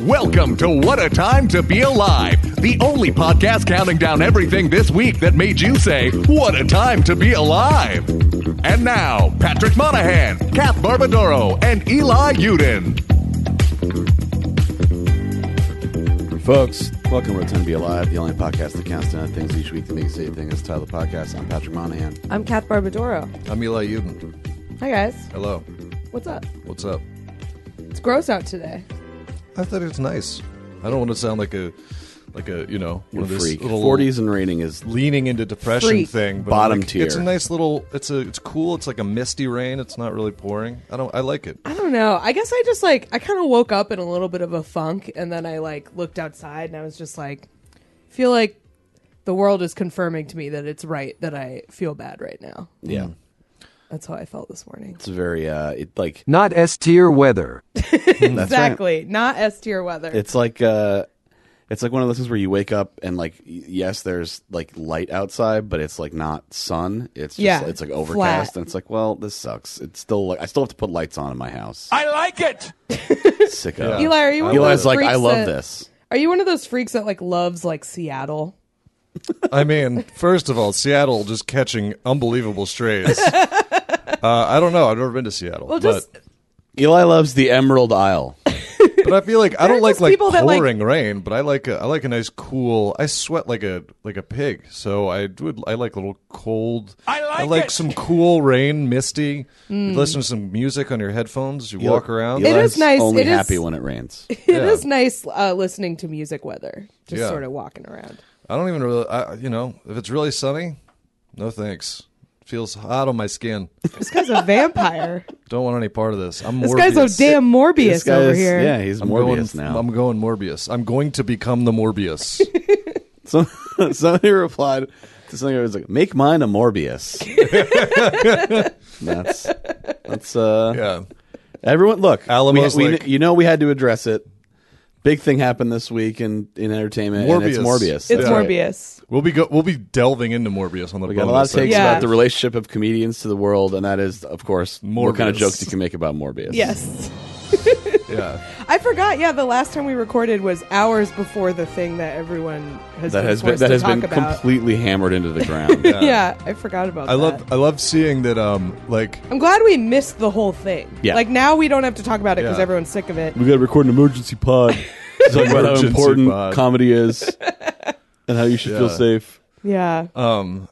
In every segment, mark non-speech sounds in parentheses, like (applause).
Welcome to What a Time to Be Alive, the only podcast counting down everything this week that made you say, What a Time to Be Alive. And now, Patrick Monahan, Kath Barbadoro, and Eli Uden. Folks, welcome to Return to Be Alive, the only podcast that counts down things each week that makes it a thing. It's the title of the podcast. I'm Patrick Monahan. I'm Kath Barbadoro. I'm Eli Uden. Hi guys, Hello. what's up? What's up? It's gross out today. I thought it was nice. I don't want to sound like a like a you know one You're of this freak. little 40s and raining is leaning into depression Freak. thing. But Bottom like, tier. It's a nice little. It's a. It's cool. It's like a misty rain. It's not really pouring. I don't. I like it. I don't know. I guess I just like I kind of woke up in a little bit of a funk, and then I like looked outside, and I was just like, feel like the world is confirming to me that it's right that I feel bad right now. yeah. That's how I felt this morning. mm, It's very uh, it like Not S tier weather. that's right. (laughs) exactly, not S tier weather. It's like uh, it's like one of those things where you wake up and like y- yes, there's like light outside, but it's like not sun. It's just, Yeah, it's like overcast, flat. and it's like well, this sucks. It's still like I still have to put lights on in my house. I like it. Sicko. (laughs) Eli, are you one of Eli's those like freaks I love that- this. Are you one of those freaks that like loves like Seattle? I mean, first of all, Seattle just catching unbelievable strays. uh, I don't know. I've never been to Seattle, Well, just but Eli loves the Emerald Isle. but I feel like I are don't like just like people that, like- pouring rain. But I like a, I like a nice cool. I sweat like a like a pig, so I would I like a little cold. I like it. some cool rain, misty. Hmm. You listen to some music on your headphones. You walk around. It Eli's is nice. Only It is- happy when it (laughs) rains. (laughs) it is nice uh, listening to music weather, just Yeah. sort of walking around. I don't even really. I, you know, if it's really sunny, no thanks. Feels hot on my skin. This guy's a vampire. Don't want any part of this. I'm This Morbius. guy's a damn Morbius This guy over is- here. Yeah, he's I'm Morbius going, now. I'm going Morbius. I'm going to become (laughs) the Morbius. So, (laughs) somebody replied to something that was like, "Make mine a (laughs) Morbius." that's that's uh yeah. everyone. Look, Alamo's we, we- like- you know we had to address it. Big thing happened this week in in entertainment. and it's Morbius. Morbius. It's That's right. Morbius. We'll be go- we'll be delving into Morbius on the We got a lot of takes Yeah. about the relationship of comedians to the world, and that is, of course, what kind of Morbius. jokes you can make about Morbius. Yes. Yeah. I forgot. Yeah, the last time we recorded was hours before the thing that everyone has that been has been forced that to has talk been about. completely hammered into the (laughs) ground. yeah. I forgot about I that. love I love seeing that um like I'm glad we missed the whole thing. Yeah. Like now we don't have to talk about it because Yeah. everyone's sick of it. we got to record an emergency (laughs) pod. Talk about how Emergency important pod. comedy is, and how you should feel Yeah. safe. Yeah. Uh, um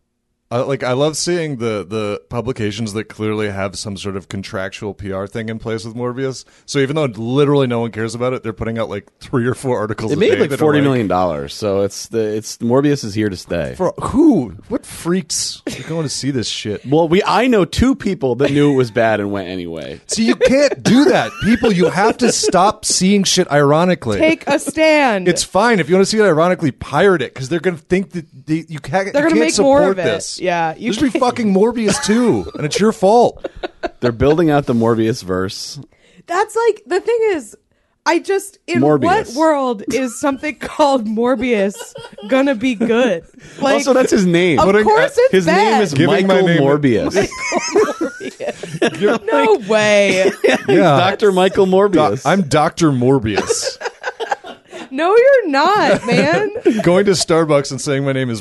I, like I love seeing the the publications that clearly have some sort of contractual PR thing in place with Morbius. So even though literally no one cares about it, they're putting out like three or four articles. It a made day like that are, forty million dollars, so it's the it's Morbius is here to stay. for who? What freaks are going to see this shit? well, we I know two people that knew it was bad and went anyway. See, you can't do that, people. You have to stop seeing shit ironically. (laughs) Take a stand. it's fine if you want to see it ironically. Pirate it because they're going to think that they, you can't. They're going to make support more of it. this. Yeah. You There's gonna be can't- fucking Morbius too, and it's (laughs) your fault. They're building out the Morbius verse. That's like the thing is. I just in what Morbius. world is something (laughs) called Morbius gonna be good? (laughs) Like, also, that's his name. Of course, it's his name bad. is (laughs) Giving my Michael name- Morbius. no (laughs) way. Yeah, (laughs) Doctor Michael Morbius. I'm (laughs) Doctor Morbius. No, you're not, man. Going to Starbucks and saying my name is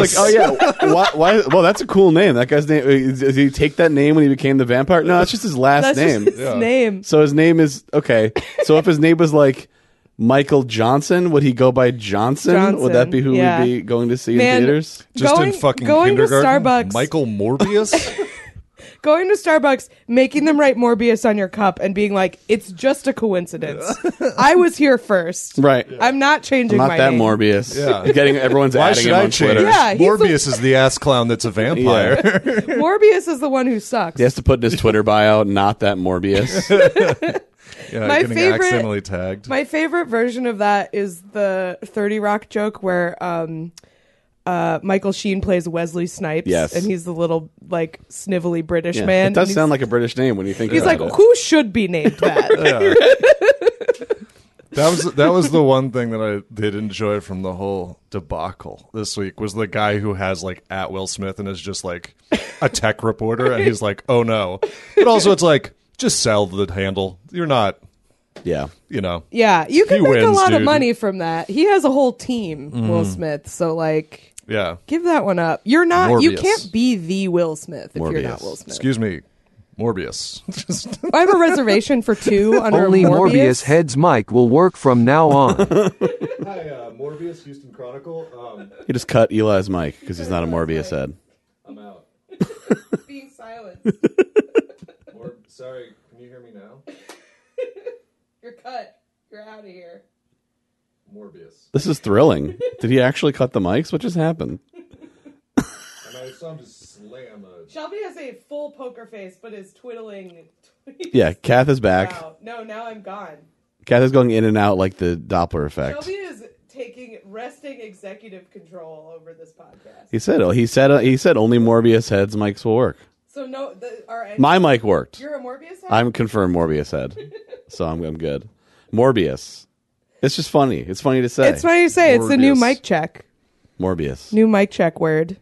It's like, oh yeah, (laughs) why, why? Well, that's a cool name. That guy's name. is- Did he take that name when he became the vampire? No, that's just his last That's name. just his name. So his name is okay. So if his name was like Michael Johnson, would he go by Johnson? Johnson, Would that be who yeah. we'd be going to see Man, in theaters? just going, in fucking going to kindergarten. Starbucks, (laughs) Michael Morbius. going to Starbucks, making them write Morbius on your cup, and being like, "It's just a (laughs) coincidence. I was here first. Right. I'm not changing. Not my that name. Morbius. Yeah. Getting everyone's Why adding should him I on change? Twitter. Yeah, he's Morbius is the ass clown that's a vampire. Morbius is the one who sucks. He has to put in his Twitter bio, not that (laughs) Morbius. Yeah, My getting favorite- accidentally tagged. My favorite version of that is the Thirty Rock joke where um, uh, Michael Sheen plays Wesley Snipes, Yes. and he's the little like snivelly British Yeah. man. it does and sound like a British name when you think he's, he's about like, it. who should be named (laughs) that? that was that was the one thing that I did enjoy from the whole debacle this week was the guy who has like at Will Smith and is just like a tech reporter and he's like, oh no. But also it's like just sell the handle. You're not Yeah. you know. Yeah, you can He make a wins, lot of dude. money from that. He has a whole team, Will Smith. So like, Yeah. give that one up. You're not. You Morbius. can't be the Will Smith if you're Morbius. not Will Smith. Excuse me, Morbius. Just- I have a reservation for two under Only Morbius. Morbius. heads Mike will work from now on. Hi, uh, Morbius, Houston Chronicle. Um, You just cut Eli's mic because he's not a Morbius head. I'm out. Being silent. Mor- Sorry, can you hear me now? You're cut. You're out of here. Morbius. This is thrilling. Did he actually cut the mics? What just happened? And I saw him just slam a. Shelby has a full poker face, but is twiddling. Yeah, Kath is back. No, now I'm gone. Kath is going in and out like the Doppler effect. is taking resting executive control over this podcast. He said, "Oh, he said, uh, he said only Morbius heads mics will work." So no, the, our My mic worked. you're a Morbius. I'm confirmed Morbius (laughs) head, so I'm I'm good. Morbius. It's just funny. It's funny to say. It's funny you say. It's a new Morbius. mic check. Morbius. New mic check word.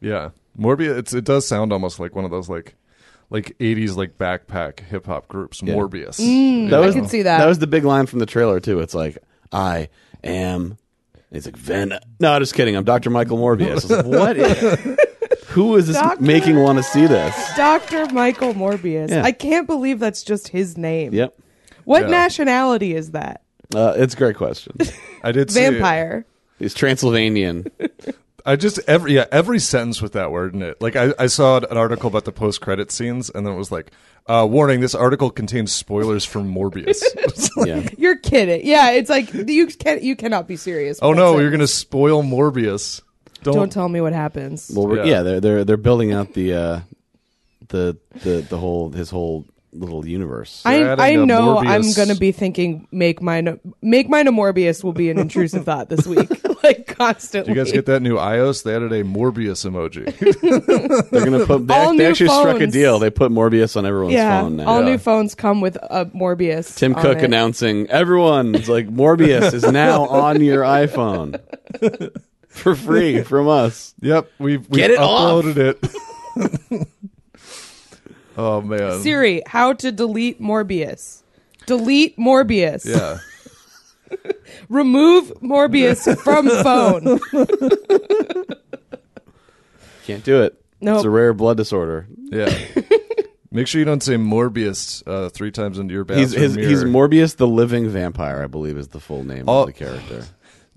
Yeah, Morbius. It's, it does sound almost like one of those like, like '80s like backpack hip hop groups. Morbius. That was, can see that. That was the big line from the trailer too. It's like I am. It's like Ven. No, just kidding. I'm Dr. Michael Morbius. I was like, what? (laughs) Is, who is this Doctor- making want to see this? Dr. Michael Morbius. Yeah. I can't believe that's just his name. Yep. What Yeah. nationality is that? Uh, it's a great (laughs) question. I did see- Vampire. He's (laughs) Transylvanian. I just every yeah every sentence with that word in it. Like I, I saw an article about the post credit scenes, and then it was like, uh, warning: this article contains spoilers for Morbius. It's like, Yeah. You're kidding. Yeah, it's like you can you cannot be serious. oh with no, that you're sentence. gonna spoil Morbius. Don't, Don't tell me what happens. Well, we're, yeah. Yeah. they're they're they're building out the uh, the the the whole his whole little universe. I, They're adding I a know Morbius- I'm gonna be thinking make mine a, make mine a Morbius will be an intrusive thought this (laughs) week (laughs) like constantly. you guys get that new iOS? They added a (laughs) Morbius emoji. They're gonna put. They, All act- they new actually struck a phones. deal. They put Morbius on everyone's yeah, phone now. all Yeah. new phones come with a Morbius. Tim on Cook it. announcing everyone is like Morbius is (laughs) now on your iPhone for free from us. yep, we've, we've Get it off. uploaded it. (laughs) oh man, Siri, how to delete Morbius? Delete Morbius. yeah. Remove (laughs) Morbius from phone. Can't do it. Nope. It's a rare blood disorder. Yeah. Make sure you don't say Morbius uh, three times into your bathroom He's his, mirror. he's Morbius the Living Vampire, I believe, is the full name Oh. of the character.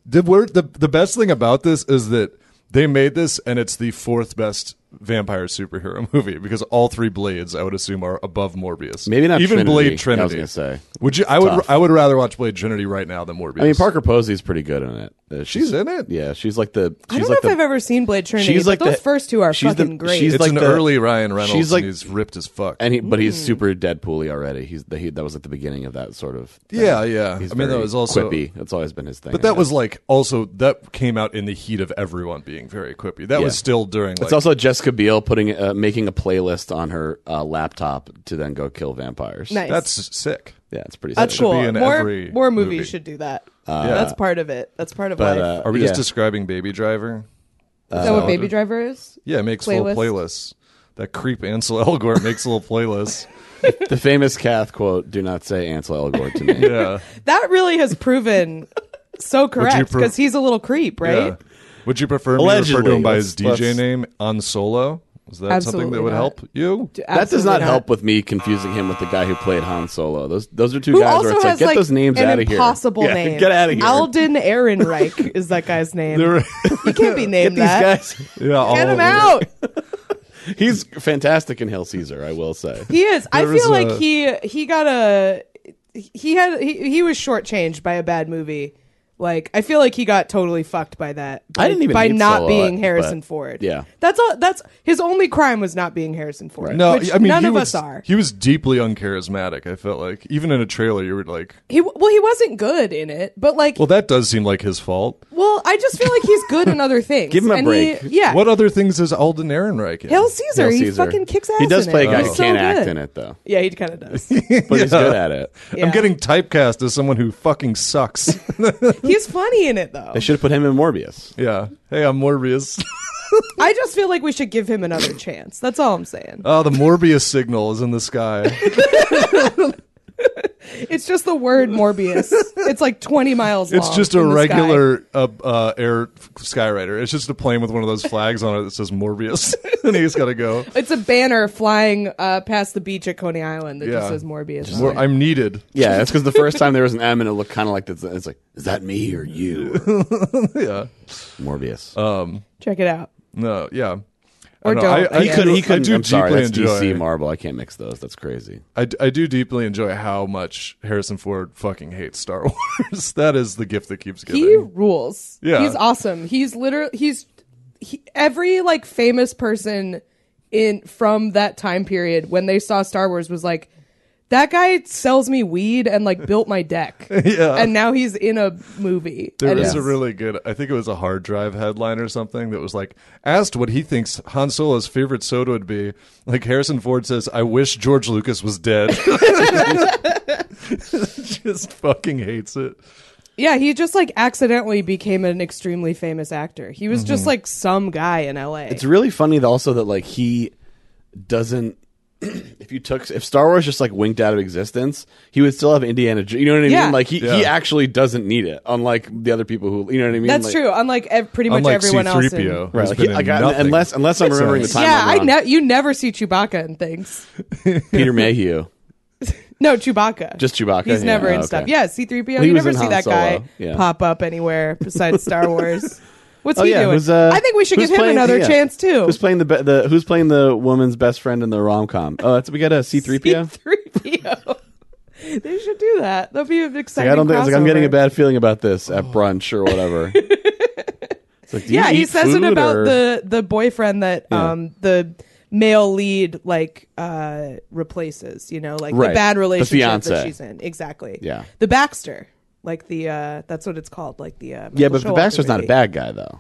the, word, the the best thing about this is that they made this, and it's the fourth best vampire superhero (laughs) movie because all three Blades, I would assume, are above Morbius. Maybe not even Trinity, Blade I Trinity. was gonna say. Would you? I would. Tough. I would rather watch Blade Trinity right now than Morbius. I mean, Parker Posey's pretty good in it. Uh, she's in it. Yeah, she's like the. She's I don't know like if the, I've ever seen Blade Trinity. she's but like those the- first two are she's the- fucking great. she's It's like an the- early Ryan Reynolds. she's like- and he's ripped as fuck. and he, but he's Mm. super Deadpool-y already. He's the, he, that was like the beginning of that sort of. thing. Yeah, yeah. He's I mean, that very was also- quippy. That's always been his thing. but that was like also that came out in the heat of everyone being very quippy. That Yeah. was still during. Like, It's also Jessica Biel putting uh, making a playlist on her uh, laptop to then go kill vampires. nice. that's sick. Yeah, it's pretty. That's sick. cool. in more every more movies movie. should do that. Yeah. That's part of it. That's part of Uh, But life. uh, Are we yeah. just describing Baby Driver? Is that uh, what Baby Driver is? Yeah, it makes Playlist? little playlists. That creep Ansel Elgort makes little playlists. the famous Kath quote? Do not say Ansel Elgort to me. (laughs) (laughs) Yeah, That really has (laughs) proven so correct pro- because he's a little creep, yeah. right? Would you prefer me Allegedly, refer to him by let's- his DJ let's- name on Solo? Is that something Absolutely that would not. help you? That does Absolutely not, help with me confusing him with the guy who played Han Solo. Those those are two Who guys also where it's has like get those names an out of here. impossible Yeah, (laughs) name. Get out of here. Alden Ehrenreich is (laughs) that guy's name. you can't be get named these (laughs) that. guys. Yeah, all Get of him them. out. He's fantastic in Hail Caesar. I will say. He is. I There is feel like a- he he got a he had he, he was shortchanged by a bad movie. Like I feel like he got totally fucked by that. I didn't even by hate not Solo, being but- Harrison Ford. yeah. that's all. That's his only crime was not being Harrison Ford. No, which I mean none he of was, us are. He was deeply uncharismatic. I felt like even in a trailer, you were like, He well, he wasn't good in it, but like, "Well, well, that does seem like his fault." I just feel like he's good in other (laughs) things. Give him a And break. He, yeah, What other things is Alden Ehrenreich in? Hail Caesar. Hail he Caesar. fucking kicks ass. He does in play it. a guy He's who so can't good. act in it (laughs) though, Yeah, he kind of does. but he's good at it. Yeah. I'm getting typecast as someone who (laughs) fucking sucks. he's funny in it though. They should have put him in Morbius. yeah. Hey, I'm Morbius. I just feel like we should give him another chance. That's Ah, all I'm saying. (laughs) Oh, the Morbius signal is in the sky. It's It's just the word Morbius. it's like 20 miles It's long just a in the sky. regular uh, uh, air skywriter. It's just a plane with one of those flags on it that says (laughs) Morbius, (laughs) and he's got to go. It's a banner flying uh, past the beach at Coney Island that Yeah. just says Morbius. on Mor- it. I'm needed. Yeah, that's (laughs) because the first time there was an M and it looked kind of like this. It's like, is that me or you? (laughs) yeah. Uh, Morbius. Check it out. No, yeah. Or I don't. don't. know. I, I he could. do- He could. I do I'm deeply sorry, that's enjoy. DC Marvel. I can't mix those. That's crazy. I, d- I do deeply enjoy how much Harrison Ford fucking hates Star (laughs) Wars. that is the gift that keeps giving. He rules. Yeah. He's awesome. He's literally he's he, every like famous person in from that time period when they saw Star Wars was like that guy sells me weed and like built my deck. (laughs) Yeah. And now he's in a movie. There And is it's- a really good, I think it was a hard drive headline or something that was like, asked what he thinks Han Solo's favorite soda would be. Like Harrison Ford says, I wish George Lucas was dead. (laughs) Just fucking hates it. Yeah, he just like accidentally became an extremely famous actor. He was just like some guy in LA. Mm-hmm. It's really funny that also that like he doesn't. (clears throat) if you took if Star Wars just like winked out of existence, he would still have Indiana. Jo- You know what I Yeah. mean? Like he, he Yeah. actually doesn't need it, unlike the other people who you know what I mean. That's Like- true. Unlike ev- pretty much Unlike everyone else. in- C3PO. Right, who's like, been he- like, in I- nothing. unless unless I'm remembering the time. yeah, I'm I wrong. ne- you never see Chewbacca in things. Peter Mayhew, No, Chewbacca. just Chewbacca. He's Yeah, never in okay. stuff. Yeah, C3PO. he you was never in see Han that Solo. guy Yeah. pop up anywhere besides (laughs) Star Wars. What's he doing? who's, uh, I think we should who's give him playing- another yeah. chance too. Who's playing the, be- the who's playing the woman's best friend in the rom com? Oh, that's we got a C three PO. C3PO. (laughs) they should do that. That'd be an exciting. I don't think it's like, I'm getting a crossover. bad feeling about this at brunch or (laughs) whatever. It's like, do you Yeah, he eat says it food about or- the the boyfriend that um the male lead like uh replaces. You know, like Right. the bad The relationship fiancé. that she's in. Exactly. Yeah. the Baxter. Like the uh that's what it's called. Like the uh, yeah, Michael but the Showalter Baxter's not a movie. bad guy though.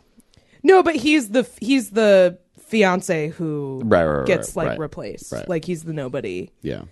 No, but he's the he's the fiance who Right, right, right, gets right, like right. replaced. Right. Like he's the nobody. Yeah,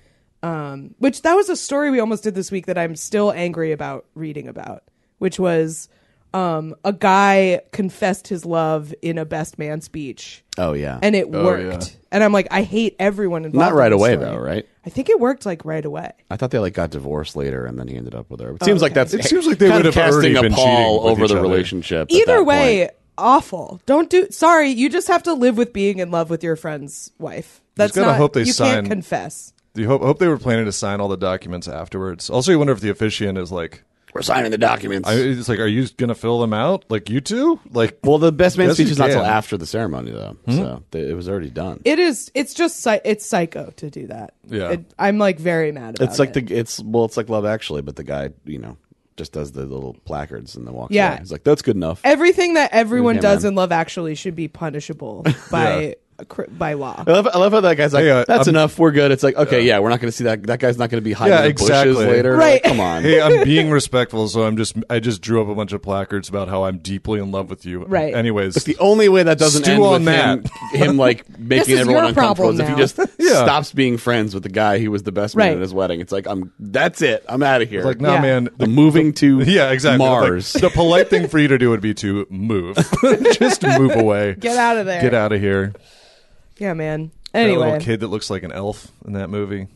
Um, Which that was a story we almost did this week that I'm still angry about reading about, which was um, a guy confessed his love in a best man speech, oh yeah, and it worked. And I'm like, I hate everyone involved. not in right this away story. though, right? I think it worked like right away. I thought they like got divorced later, and then he ended up with her. It Oh, seems like that's It seems like they kind would of have already casting a been cheating pall with over each the other. relationship. at Either that way, point. awful. Don't do. Sorry, you just have to live with being in love with your friend's wife. That's gotta not. hope they you sign- can't confess. Do you hope, hope they were planning to sign all the documents afterwards? Also, you wonder if the officiant is like, we're signing the documents. I, it's like, are you going to fill them out? Like, you two? Like, (laughs) well, the best Hmm? man Yes, speech you is not till can. after the ceremony though, so they, it was already done. It is. It's just. psy- It's psycho to do that. Yeah. It, I'm like very mad about It's like it. the it's well, it's like Love Actually, but the guy you know just does the little placards and then walks. Yeah. away. he's like that's good enough. everything that everyone Yeah, does man. in Love Actually should be punishable by cr- by law. I love, I love how that guy's like, Hey, uh, that's I'm- enough. We're good. It's like, okay, yeah, we're not going to see that. That guy's not going to be hiding Yeah, in bushes exactly. later. Right. Like, come (laughs) on. hey, I'm being respectful, so I'm just I just drew up a bunch of placards about how I'm deeply in love with you. Right. Anyways, It's the only way that doesn't Stew end on with him, (laughs) him like making is everyone your uncomfortable is if he problem just now. (laughs) Yeah. stops being friends with the guy who was the best man Right. at his wedding. It's like, I'm that's it. I'm out of here. like, no, Yeah. man. I'm moving (laughs) to yeah, exactly. Like, Mars. the polite thing for you to do would be to (laughs) move, just move away. Get out of there. Get out of here. Yeah, man. That Anyway, little kid that looks like an elf in that movie.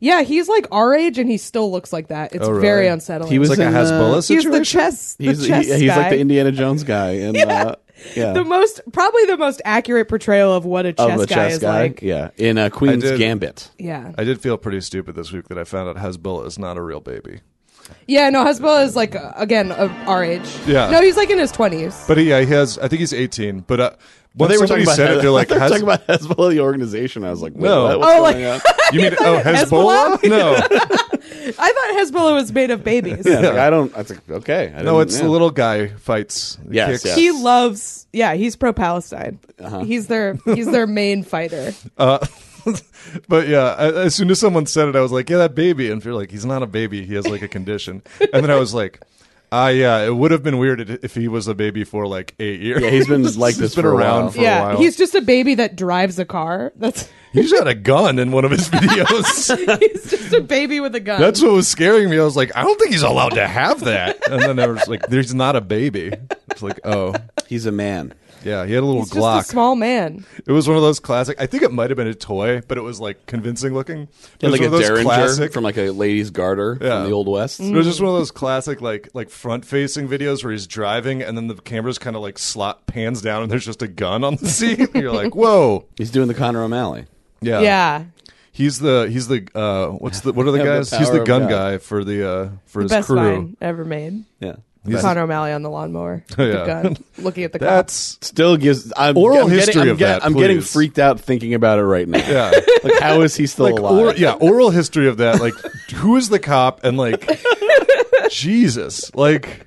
yeah, he's like our age and he still looks like that. It's Oh, really? very unsettling. He was It's like in, a uh, Hezbollah He's situation. the chess. (laughs) The he's chess he- he's guy. like the Indiana Jones guy. (laughs) And, yeah. Uh, yeah. The most probably the most accurate portrayal of what a of chess the guy chess is guy. like. yeah. In uh, Queen's did- Gambit. Yeah. I did feel pretty stupid this week that I found out Hezbollah is not a real baby. Yeah, no, Hezbollah is like uh, again of our age. Yeah. No, he's like in his 20s. But he, yeah, he has. I think he's 18. But uh, when They were talking somebody about, said it, Hez- they're (laughs) like, they were Hez- talking about Hezbollah, the organization. I was like, wait, No. what? What's Oh, going like- on? you mean (laughs) oh Hezbollah? Hezbollah? No. I thought Hezbollah was made of babies. Yeah, (laughs) like, I don't. It's like, okay. I No, didn't- it's yeah. the little guy fights. Yes, kicks. yes. He loves Yeah, he's pro Palestine. He's their he's their main fighter. But yeah, I, as soon as someone said it, I was like, "Yeah, that baby," and you're like, "He's not a baby. He has like a condition." and then I was like, "Ah, yeah, it would have been weird it- if he was a baby for like eight years." Yeah, he's (laughs) been like He's this been for a around while. for a Yeah, while. he's just a baby that drives a car. That's (laughs) He's got a gun in one of his videos. he's just a baby with a gun. That's what was scaring me. I was like, "I don't think he's allowed to have that." And then I was like, "There's not a baby." It's like, oh, He's a man. Yeah, he had a little He's just Glock. a small man. it was one of those classic. I think it might have been a toy, but it was like convincing looking. It Yeah, was like a one of those derringer classic. from like a lady's garter Yeah. from the old west. Mm. it was just one of those classic like like front facing videos where he's driving and then the camera's kind of like slot pans down and there's just a gun on the seat. and you're like, whoa, He's doing the Conor O'Malley. yeah, Yeah. He's the he's the uh what's (laughs) the what are the Have the guys? he's power the of gun God. guy for the uh for his Best crew. vine ever made. Yeah, Connor O'Malley on the (laughs) lawnmower. with Yeah. The gun. Looking at the cop. That's still gives. I'm, Oral I'm history getting, I'm of get- that, I'm getting please. freaked out thinking about it right now. (laughs) yeah. like how is he still Like alive? or, yeah, oral history of (laughs) that. Like who is the cop and like Jesus. Like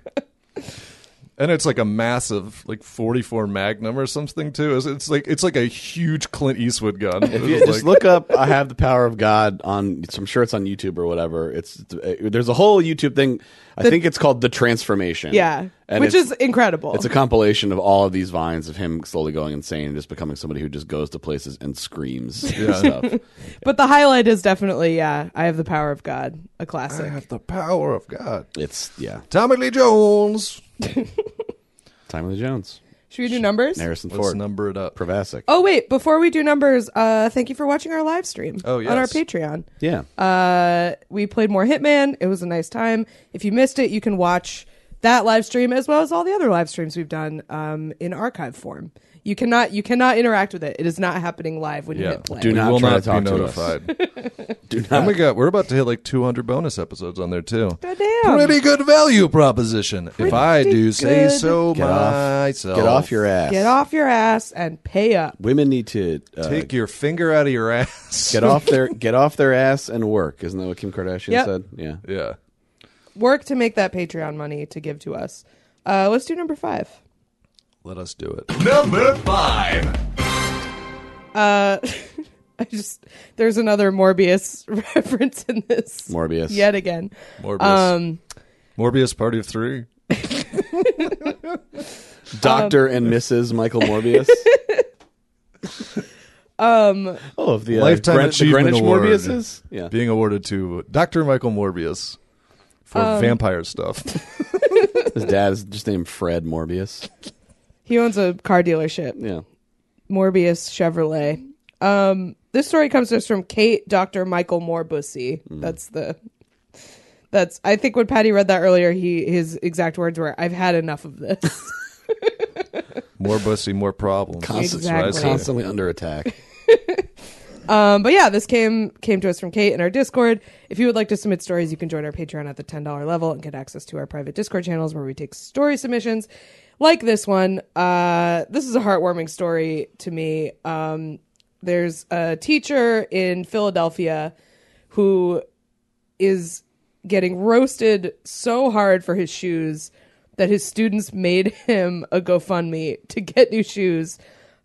and it's like a massive like 44 Magnum or something too. It's, it's like it's like a huge Clint Eastwood gun. It If you- was just like- look up "I Have the Power of God" on. it's- I'm sure it's on YouTube or whatever. It's uh, there's a whole YouTube thing. I think it's called the Transformation. Yeah. and Which it's- is incredible. It's a compilation of all of these vines of him slowly going insane and just becoming somebody who just goes to places and (laughs) screams and stuff. but the highlight is definitely, yeah, I have the power of God, a classic. I have the power of God. It's yeah, Tommy Lee Jones. Time of the Jones, Should we do numbers? Harrison Let's Ford, number it up. Provasic. Oh wait, before we do numbers, uh thank you for watching our live stream Oh, on our yes. Patreon. yeah, Uh we played more Hitman. It was a nice time. If you missed it, you can watch that live stream as well as all the other live streams we've done um in archive form. You cannot you cannot interact with it. It is not happening live when you hit play. Do We not will try to not talk be to us. notified. (laughs) do not. And we got we're about to hit like 200 bonus episodes on there too. Goddamn. Pretty good value proposition, if I do say good. so Get off, myself. get off your ass. Get off your ass and pay up. Women need to uh, Take your finger out of your ass. get off (laughs) their get off their ass and work. Isn't that what Kim Kardashian Yep. said? Yeah. (laughs) Yeah. Work to make that Patreon money to give to us. Uh let's do number 5. Let us do it. Number five. Uh (laughs) I just there's another Morbius (laughs) reference in this. Morbius. Yet again. (laughs) Morbius. Um Morbius Party of Three. Doctor Um, and Mrs. Michael (laughs) Morbius. um. Oh, of the uh, Lifetime Gren- the Achievement Greenwich Award. Morbiuses. Yeah. Being awarded to Dr. Michael Morbius for Um, (laughs) vampire stuff. His dad's just named Fred Morbius. He owns a car dealership, Yeah. Morbius Chevrolet. Um, this story comes to us from Kate Dr. Michael Morbussy. That's the that's I think when Patty read that earlier, he his exact words were, I've had enough of this. more bussy, more problems. Constant- That's what I Exactly. say. Constantly under attack. (laughs) um, but yeah, this came came to us from Kate in our Discord. If you would like to submit stories, you can join our Patreon at the ten dollar level and get access to our private Discord channels where we take story submissions like this one. Uh, this is a heartwarming story to me. Um, there's a teacher in Philadelphia who is getting roasted so hard for his shoes that his students made him a GoFundMe to get new shoes.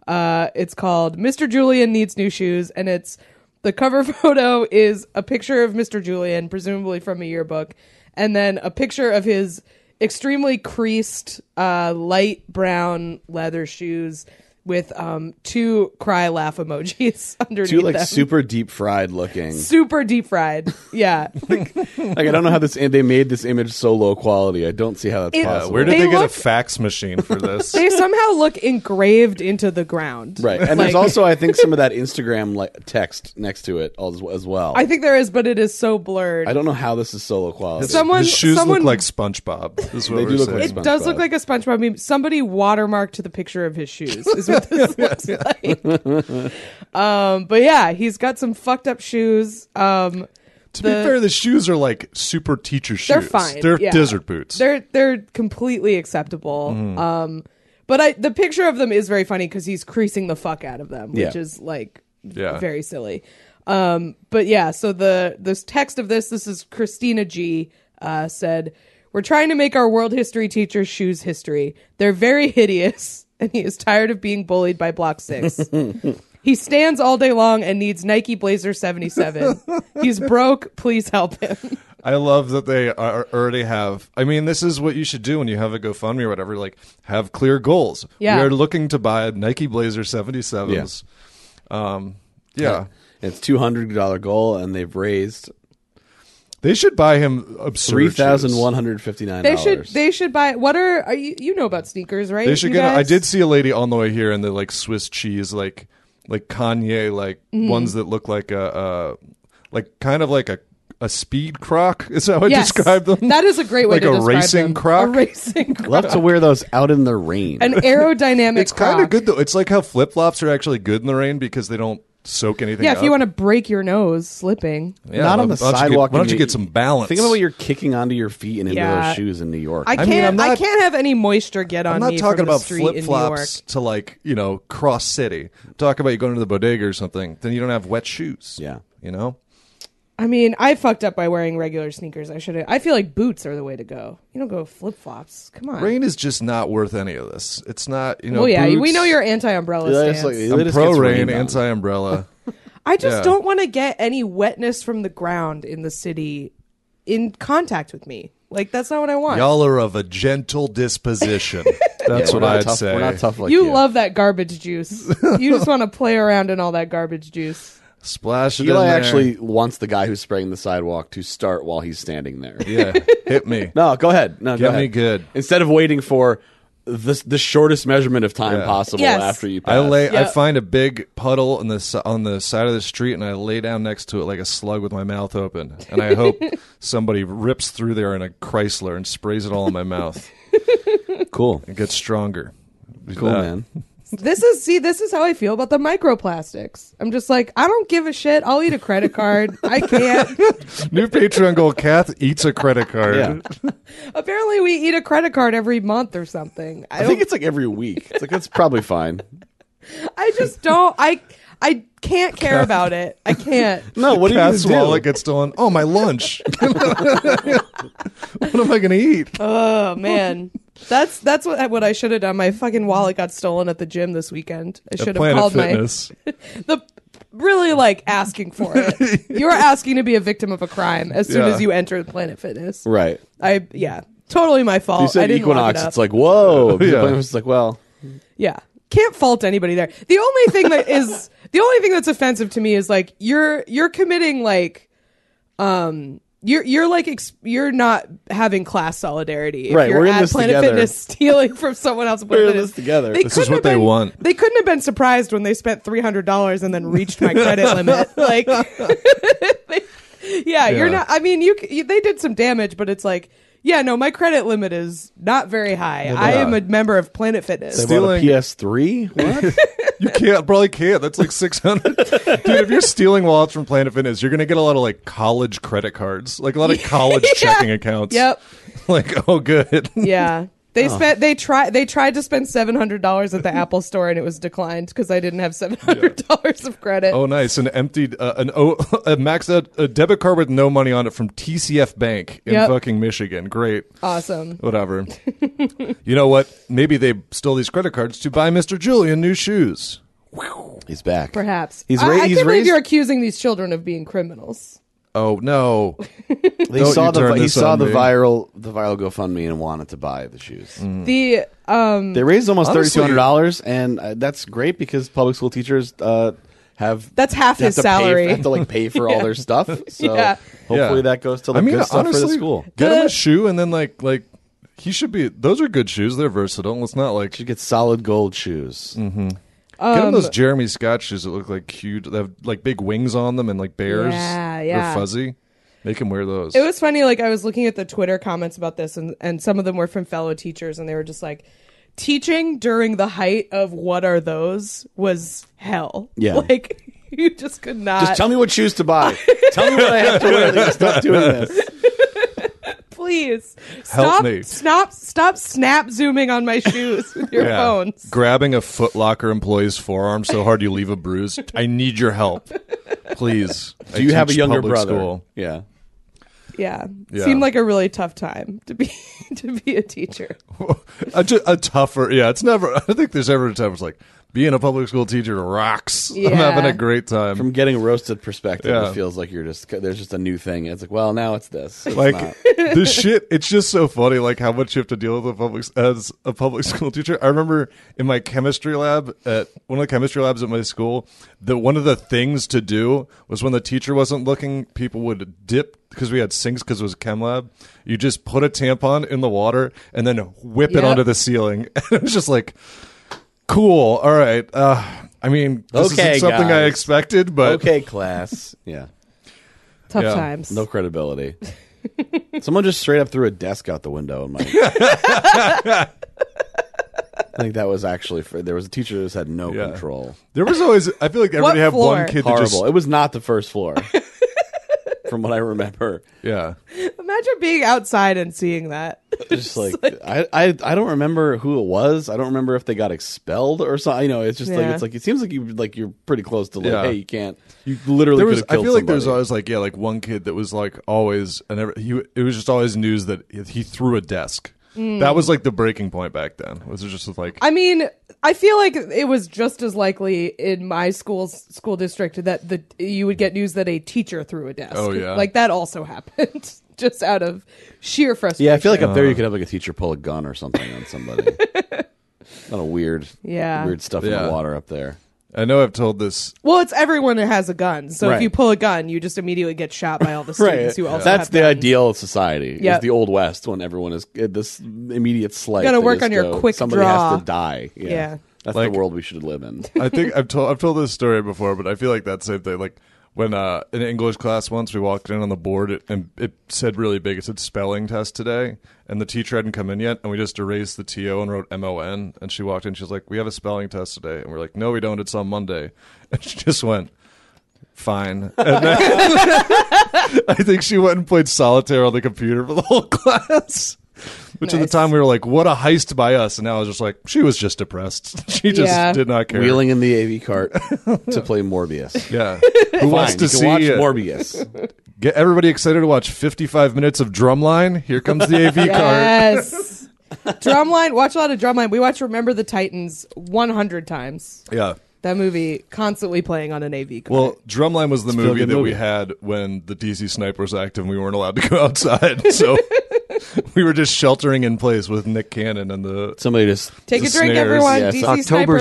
Uh, it's called Mr. Julian Needs New Shoes, and it's the cover (laughs) photo is a picture of Mr. Julian, presumably from a yearbook, and then a picture of his extremely creased, uh, light brown leather shoes with um, two cry laugh emojis (laughs) underneath Two like them. super deep fried (laughs) looking. super deep fried. Yeah. (laughs) Like I don't know how this they made this image so low quality. I don't see how that's It- Yeah, possible. where (laughs) did They they, get a look- fax machine for this? they somehow look engraved into the ground. Right, and there's Like- also I think some of that Instagram like text next to it as, as well. I think there is, but it is so blurred. I don't know how this is solo quality. Someone- His shoes someone- look like SpongeBob. This is what They we're do look saying. like it does look SpongeBob. like a SpongeBob meme. Somebody watermarked the picture of his shoes. Is what (laughs) this looks like. Um, but yeah, he's got some fucked up shoes. Um, To The- be fair, the shoes are like super teacher shoes. they're fine. They're yeah. desert boots. Mm. They're they're completely acceptable. Um, but I the picture of them is very funny because he's creasing the fuck out of them, which Yeah. is like Yeah. very silly. Um, but yeah, so the this text of this this is Christina G uh, said, "We're trying to make our world history teacher's shoes history. They're very (laughs) hideous, and he is tired of being bullied by Block (laughs) Six. He stands all day long and needs Nike Blazer 77. He's broke. Please help him. I love that they are already have. I mean, this is what you should do when you have a GoFundMe or whatever. Like, have clear goals. Yeah. We are looking to buy Nike Blazer 77s. Um, yeah. It's two hundred dollar goal, and they've raised They should buy him absurd Three thousand shoes. one hundred fifty nine They dollars. should they should buy what are, are you you know about sneakers, right? They should you get. a- I guys? did see a lady on the way here in the like Swiss cheese, like like Kanye, like Mm-hmm. ones that look like a, uh like kind of like a a speed croc. (laughs) Is that how I Yes. describe them? That is a great way Like to a describe racing them. croc? A racing croc. Love to wear those out in the rain. An aerodynamic (laughs) It's kind croc. of good though. It's like how flip flops are actually good in the rain because they don't soak anything. Yeah, if you want to break your nose slipping. Not on the sidewalk. Why don't you in get the- some balance? Think about what you're kicking onto your feet and into Yeah. those shoes in New York. I mean, can't I, I'm not- can't have any moisture get on I'm not me talking from the about street in flip New York. flops to like you know cross city. Talk about you going to the bodega or something. Then you don't have wet shoes. Yeah. you know. I mean, I fucked up by wearing regular sneakers. I should have I feel like boots are the way to go. You don't go flip flops. Come on. Rain is just not worth any of this. It's not, you know. well, yeah, we boots, know you're anti umbrella Yeah, it's stance. like- I'm It just pro gets rain, rained on. (laughs) anti umbrella. I just Yeah. don't want to get any wetness from the ground in the city in contact with me. Like that's not what I want. Y'all are of a gentle disposition. (laughs) That's Yeah, we're what not I'd tough- say. We're not tough like you you. love that garbage juice. you just want to play around in all that garbage juice. Splash it in Eli there. actually wants the guy who's spraying the sidewalk to start while he's standing there. (laughs) yeah, hit me. No, go ahead. No, Get go me ahead. good. Instead of waiting for the the shortest measurement of time possible Yes. after you pass. I lay. I Yeah. find a big puddle on the s- on the side of the street, and I lay down next to it like a slug with my mouth open, and (laughs) I hope somebody rips through there in a Chrysler and sprays it all in my mouth. cool. It gets stronger. Cool, Uh, man. This is see, this is how I feel about the microplastics. I'm just like, I don't give a shit. I'll eat a credit card. I can't. New Patreon goal. Kath eats (laughs) a credit card. (laughs) Yeah. Apparently, we eat a credit card every month or something. I, I don't, think it's like every week. It's like that's probably (laughs) fine. I just don't. I I can't care about it. I can't. No, what do you Kath's wallet do? gets stolen. Oh, my lunch. (laughs) what am I going to eat? Oh man, that's that's what I- what I should have done. My fucking wallet got stolen at the gym this weekend. I should have Planet called Fitness. my the really like asking for it. you are asking to be a victim of a crime as soon Yeah. as you enter Planet Fitness. Right. I yeah, totally my fault. You Oh, I said didn't lock Equinox. it up. It's like whoa. (laughs) Yeah. It's like well. yeah, can't fault anybody there. The only thing that is (laughs) the only thing that's offensive to me is like you're you're committing like um. You're you're like ex- you're not having class solidarity. If Right, you're we're in at this Planet together. Fitness (laughs) stealing from someone else. at Planet We're in Fitness. this together. They This couldn't is what have they been- want. They couldn't have been surprised when they spent three hundred dollars and then reached (laughs) my credit limit. Like, (laughs) they- yeah, Yeah. you're not. I mean, you, c- you they did some damage, but it's like, yeah, no, my credit limit is not very high. I am a member of Planet Fitness. They want a Stealing- PS3. (laughs) What? You (laughs) can't, probably can't. That's like 600. Dude, if you're stealing wallets from Planet Fitness, you're going to get a lot of like college credit cards, like a (laughs) lot of college checking accounts. Yep. (laughs) Like, oh, good. (laughs) Yeah. They Oh. spent. They tried. They tried to spend seven hundred dollars at the Apple Store, and it was declined because I didn't have seven hundred dollars of credit. Oh, nice. An emptied, uh, an o- (laughs) a maxed out a debit card with no money on it from TCF Bank in Yep. fucking Michigan. Great. Awesome. (laughs) Whatever. you know what? Maybe they stole these credit cards to buy Mr. Julian new shoes. He's back. Perhaps He's I- ra- I, he's can't believe raised- you're accusing these children of being criminals. Oh, no. They Don't saw you the turn vi- he this saw on the me. viral the viral GoFundMe and wanted to buy the shoes. The um, They raised almost thirty Honestly- two hundred dollars, and uh, that's great because public school teachers uh, have That's half have his to pay for- salary. have to like pay for (laughs) all their stuff. So Yeah. hopefully Yeah. that goes to the good stuff for the school. Get him The- a shoe and then like like he should be. Those are good shoes. They're versatile. It's not like Should get Um, solid gold shoes. get him those Jeremy Scott shoes that look like cute. They have like big wings on them and like bears. Yeah, They're yeah. fuzzy. Make him wear those. It was funny. Like I was looking at the Twitter comments about this, and and some of them were from fellow teachers, and they were just like, teaching during the height of what are those was hell. Yeah. (laughs) like you just could not. Just tell me what shoes to buy. Uh, (laughs) tell me what I have to wear. (laughs) Like, Stop doing this. please Help stop, me. stop, stop, snap zooming on my shoes with your (laughs) Yeah. phones. Grabbing a Footlocker employee's forearm so hard you leave a bruise. I need your help, please. (laughs) I Do you have a teach younger public brother? school. (laughs) Yeah. Yeah. Yeah. seemed like a really tough time to be (laughs) to be a teacher. (laughs) a, ju- a tougher. Yeah, it's never. I don't think there's ever a time it's like, being a public school teacher rocks. Yeah. I'm having a great time. From getting a roasted perspective, Yeah. it feels like you're just there's just a new thing. It's like, well, now it's this. It's like not. (laughs) the (laughs) shit it's just so funny like how much you have to deal with a public as a public (laughs) school teacher i remember in my chemistry lab at one of the chemistry labs at my school that one of the things to do was when the teacher wasn't looking people would dip because we had sinks because it was chem lab you just put a tampon in the water and then whip Yep. it onto the ceiling (laughs) it was just like cool all right uh i mean this Okay, isn't something i guys. expected but okay, class. Yeah, Tough Yeah. times. (laughs) no credibility. Someone just straight up threw a desk out the window. (laughs) In my, I think that was actually for there was a teacher that just had no Yeah. control. there was always i (laughs) feel like everybody had floor? one kid that Horrible. just It was not the first (laughs) floor, from what I remember. yeah Imagine being outside and seeing that. just like, I, I I don't remember who it was. I don't remember if they got expelled or something. You know, it's just like Yeah. it's like it seems like you like you're pretty close to like Yeah. hey you can't you literally there was could i have feel killed like there was somebody. always like yeah like one kid that was like always and every, he it was just always news that he threw a desk that was like the breaking point back then was it just like I mean, I feel like it was just as likely in my school's school district that the you would get news that a teacher threw a desk. Oh, yeah. like that also (laughs) happened just out of sheer frustration. yeah I feel like up there Uh. you could have like a teacher pull a gun or something on (laughs) somebody. Kind of weird, Yeah. weird stuff in Yeah. the water up there. i know i've told this well, it's everyone that has a gun. So if Right. you pull a gun, you just immediately get shot by all (laughs) the students who also that's have the guns. ideal society. Yeah. is the old west when everyone is uh, this immediate slight. Gotta they work just on your go, quick Somebody draw." has to die. Yeah, Yeah. that's Like- the world we should live (laughs) in. I think I've told I've told this story before, but I feel like that same thing. Like when uh, in English class once, we walked in on the board it, and it said really big. It said spelling test today, and the teacher hadn't come in yet, and we just erased the to and wrote M O N. And she walked in, she's like, "We have a spelling test today," and we're like, "No, we don't. It's on Monday." (laughs) And she just went. Fine. (laughs) And then, I think she went and played solitaire on the computer for the whole (laughs) class. Which at the Nice. time we were like, "What a heist by us!" And now I was just like, "She was just depressed. (laughs) she just Yeah. did not care." Wheeling in the AV (laughs) cart to play Morbius. Yeah. (laughs) Who wants Fine, to you see can watch uh, (laughs) Morbius. Get everybody excited to watch 55 minutes of Drumline. Here comes the (laughs) AV card. Yes. (laughs) Drumline, watch a lot of Drumline. We watch Remember the Titans 100 times. Yeah. That movie constantly playing on an AV card. Well, Drumline was the Still a movie that good we movie. had when the DC sniper was active and we weren't allowed to go outside. (laughs) (laughs) So we were just sheltering in place with Nick Cannon and the Somebody just Take a the drink, snares. everyone. Yes, DC October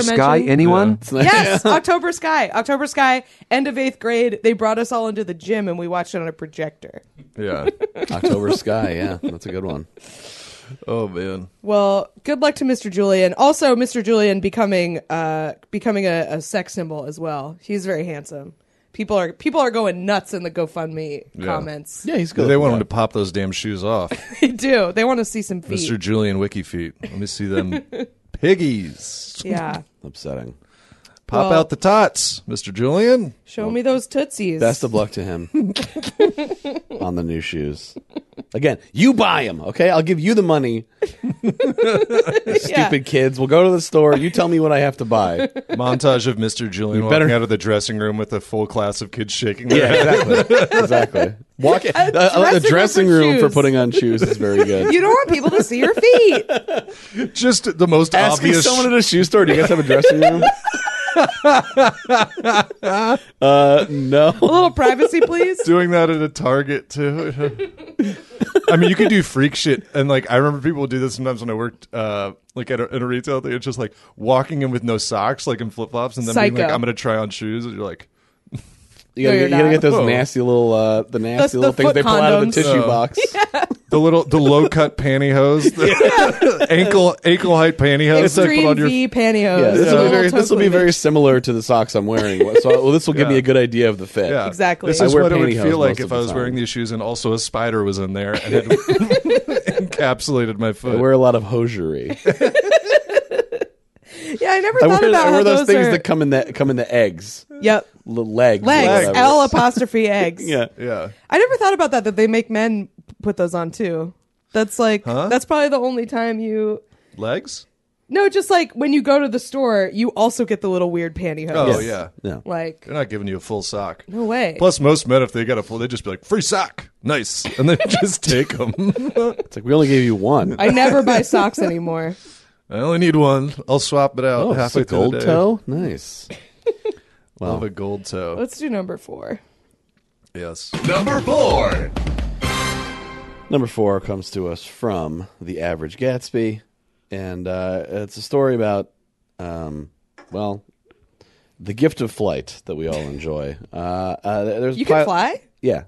Sniper Sky, mentioned. anyone? yes, (laughs) October Sky. October Sky, end of eighth grade. They brought us all into the gym and we watched it on a projector. (laughs) Yeah. October Sky. Yeah, that's a good one. oh man. Well, good luck to Mr. Julian. Also, Mr. Julian becoming uh becoming a, a sex symbol as well. He's very handsome. People are people are going nuts in the GoFundMe comments. (laughs) Yeah, he's good. They want him to pop those damn (laughs) shoes off. They do. They want to see some feet. Mr. Julian Wiki feet. Let me (laughs) see them piggies. Yeah. upsetting. Pop Well- out the tots, Mr. Julian. Show me those tootsies. Best of luck to (laughs) him on the new shoes. Again, you buy them, okay? I'll give you the (laughs) money. Yeah. Stupid kids, we'll go to the store. You tell me what I have to buy. (laughs) Montage of Mr. Julian better- walking out of the dressing room with a full class of kids shaking their heads. exactly. (laughs) exactly. Walk uh, uh, the dressing room dressing for room for shoes. putting on shoes is (laughs) very good. You don't want people to see your feet. Just the most Asking obvious. someone at a shoe store, do you guys have a dressing (laughs) room? (laughs) uh, A no. little privacy, please. (laughs) doing that at a Target too. (laughs) I mean, you could do freak shit, and like I remember people would do this sometimes when I worked, uh, like at a, at a retail thing. It's just like walking in with no socks, like in flip flops, and then being like, Psycho. "I'm gonna try on shoes," and you're like, You gotta, No, you're you gotta not. Oh. get those Whoa. nasty little, uh, the nasty the little things foot they pull out of the condoms. tissue (laughs) Oh. box. the little the low cut pantyhose, the (laughs) ankle ankle height pantyhose. that put Extreme on your- V pantyhose. Yeah, this will Little be very toe this will be cleavage. very similar to the socks I'm wearing. So well, this will give me Yeah. a good idea of the fit. Yeah. Exactly. This I is wear what it would pantyhose feel like most if of the I was time. wearing these shoes and also a spider was in there and had (laughs) encapsulated my I foot. wear a lot of hosiery. Yeah, I never I thought wear, about I wear how those, those things are- that come in the come in the eggs, Yep. L- legs, Legs. whatever. (laughs) L apostrophe eggs. Yeah, yeah. I never thought about that, that they make men put those on too. That's like, that's probably the only time you. Legs? No, just like when you go to the store, you also get the little weird pantyhose. Oh yeah. no. Like, They're not giving you a full sock. no way. Plus, most men, if they got a full, they just be like, "Free sock, nice," and then (laughs) just take them. It's like we only gave you one. I never buy socks anymore. I only need one. I'll swap it out Oh, it's halfway a through the gold day. toe. Nice. Love a gold toe. Let's do number four. yes. Number four. Number four comes to us from The Average Gatsby, and uh, it's a story about, um, well, the gift of flight that we all enjoy. Uh, uh, there's You a can pil- fly? Yeah,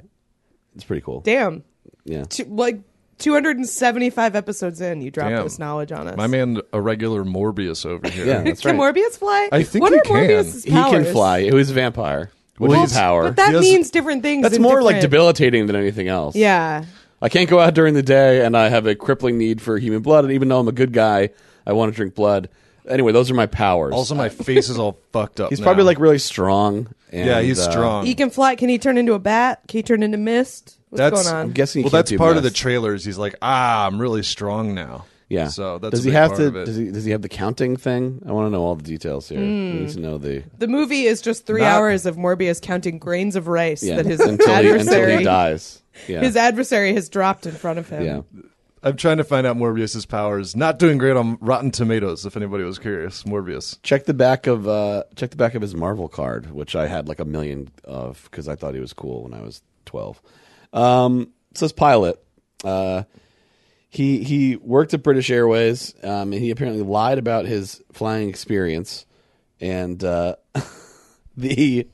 it's pretty cool. Damn. Yeah, Two, like 275 episodes in, you dropped Damn. this knowledge on us. My man, a regular Morbius over here. yeah, that's can right. Morbius fly? I think what he are can. Morbius' He can powers? fly. He was a vampire. Which Well, is he's- power. But that He has- means different things. that's in more like different- debilitating than anything else. Yeah. I can't go out during the day, and I have a crippling need for human blood. And even though I'm a good guy, I want to drink blood. Anyway, those are my powers. Also, my face is all fucked up. he's now. probably like really strong. And, yeah, he's uh, strong. He can fly. Can he turn into a bat? Can he turn into mist? What's That's- going on? I'm guessing. he well, can't that's do part of the meth. trailers. He's like, ah, I'm really strong now. Yeah. So that's does a he big have part to? of it. Does he? Does he have the counting thing? I want to know all the details here. Hmm. We need to know the the movie is just three Not- hours of Morbius counting grains of rice yeah that his (laughs) until he, until adversary he dies. Yeah. his adversary has dropped in front of him. yeah. I'm trying to find out Morbius's powers. Not doing great on Rotten Tomatoes. If anybody was curious, Morbius. Check the back of uh, check the back of his Marvel card, which I had like a million of because I thought he was cool when I was twelve. Um, so this pilot, uh, he he worked at British Airways, um, and he apparently lied about his flying experience, and uh, (laughs) the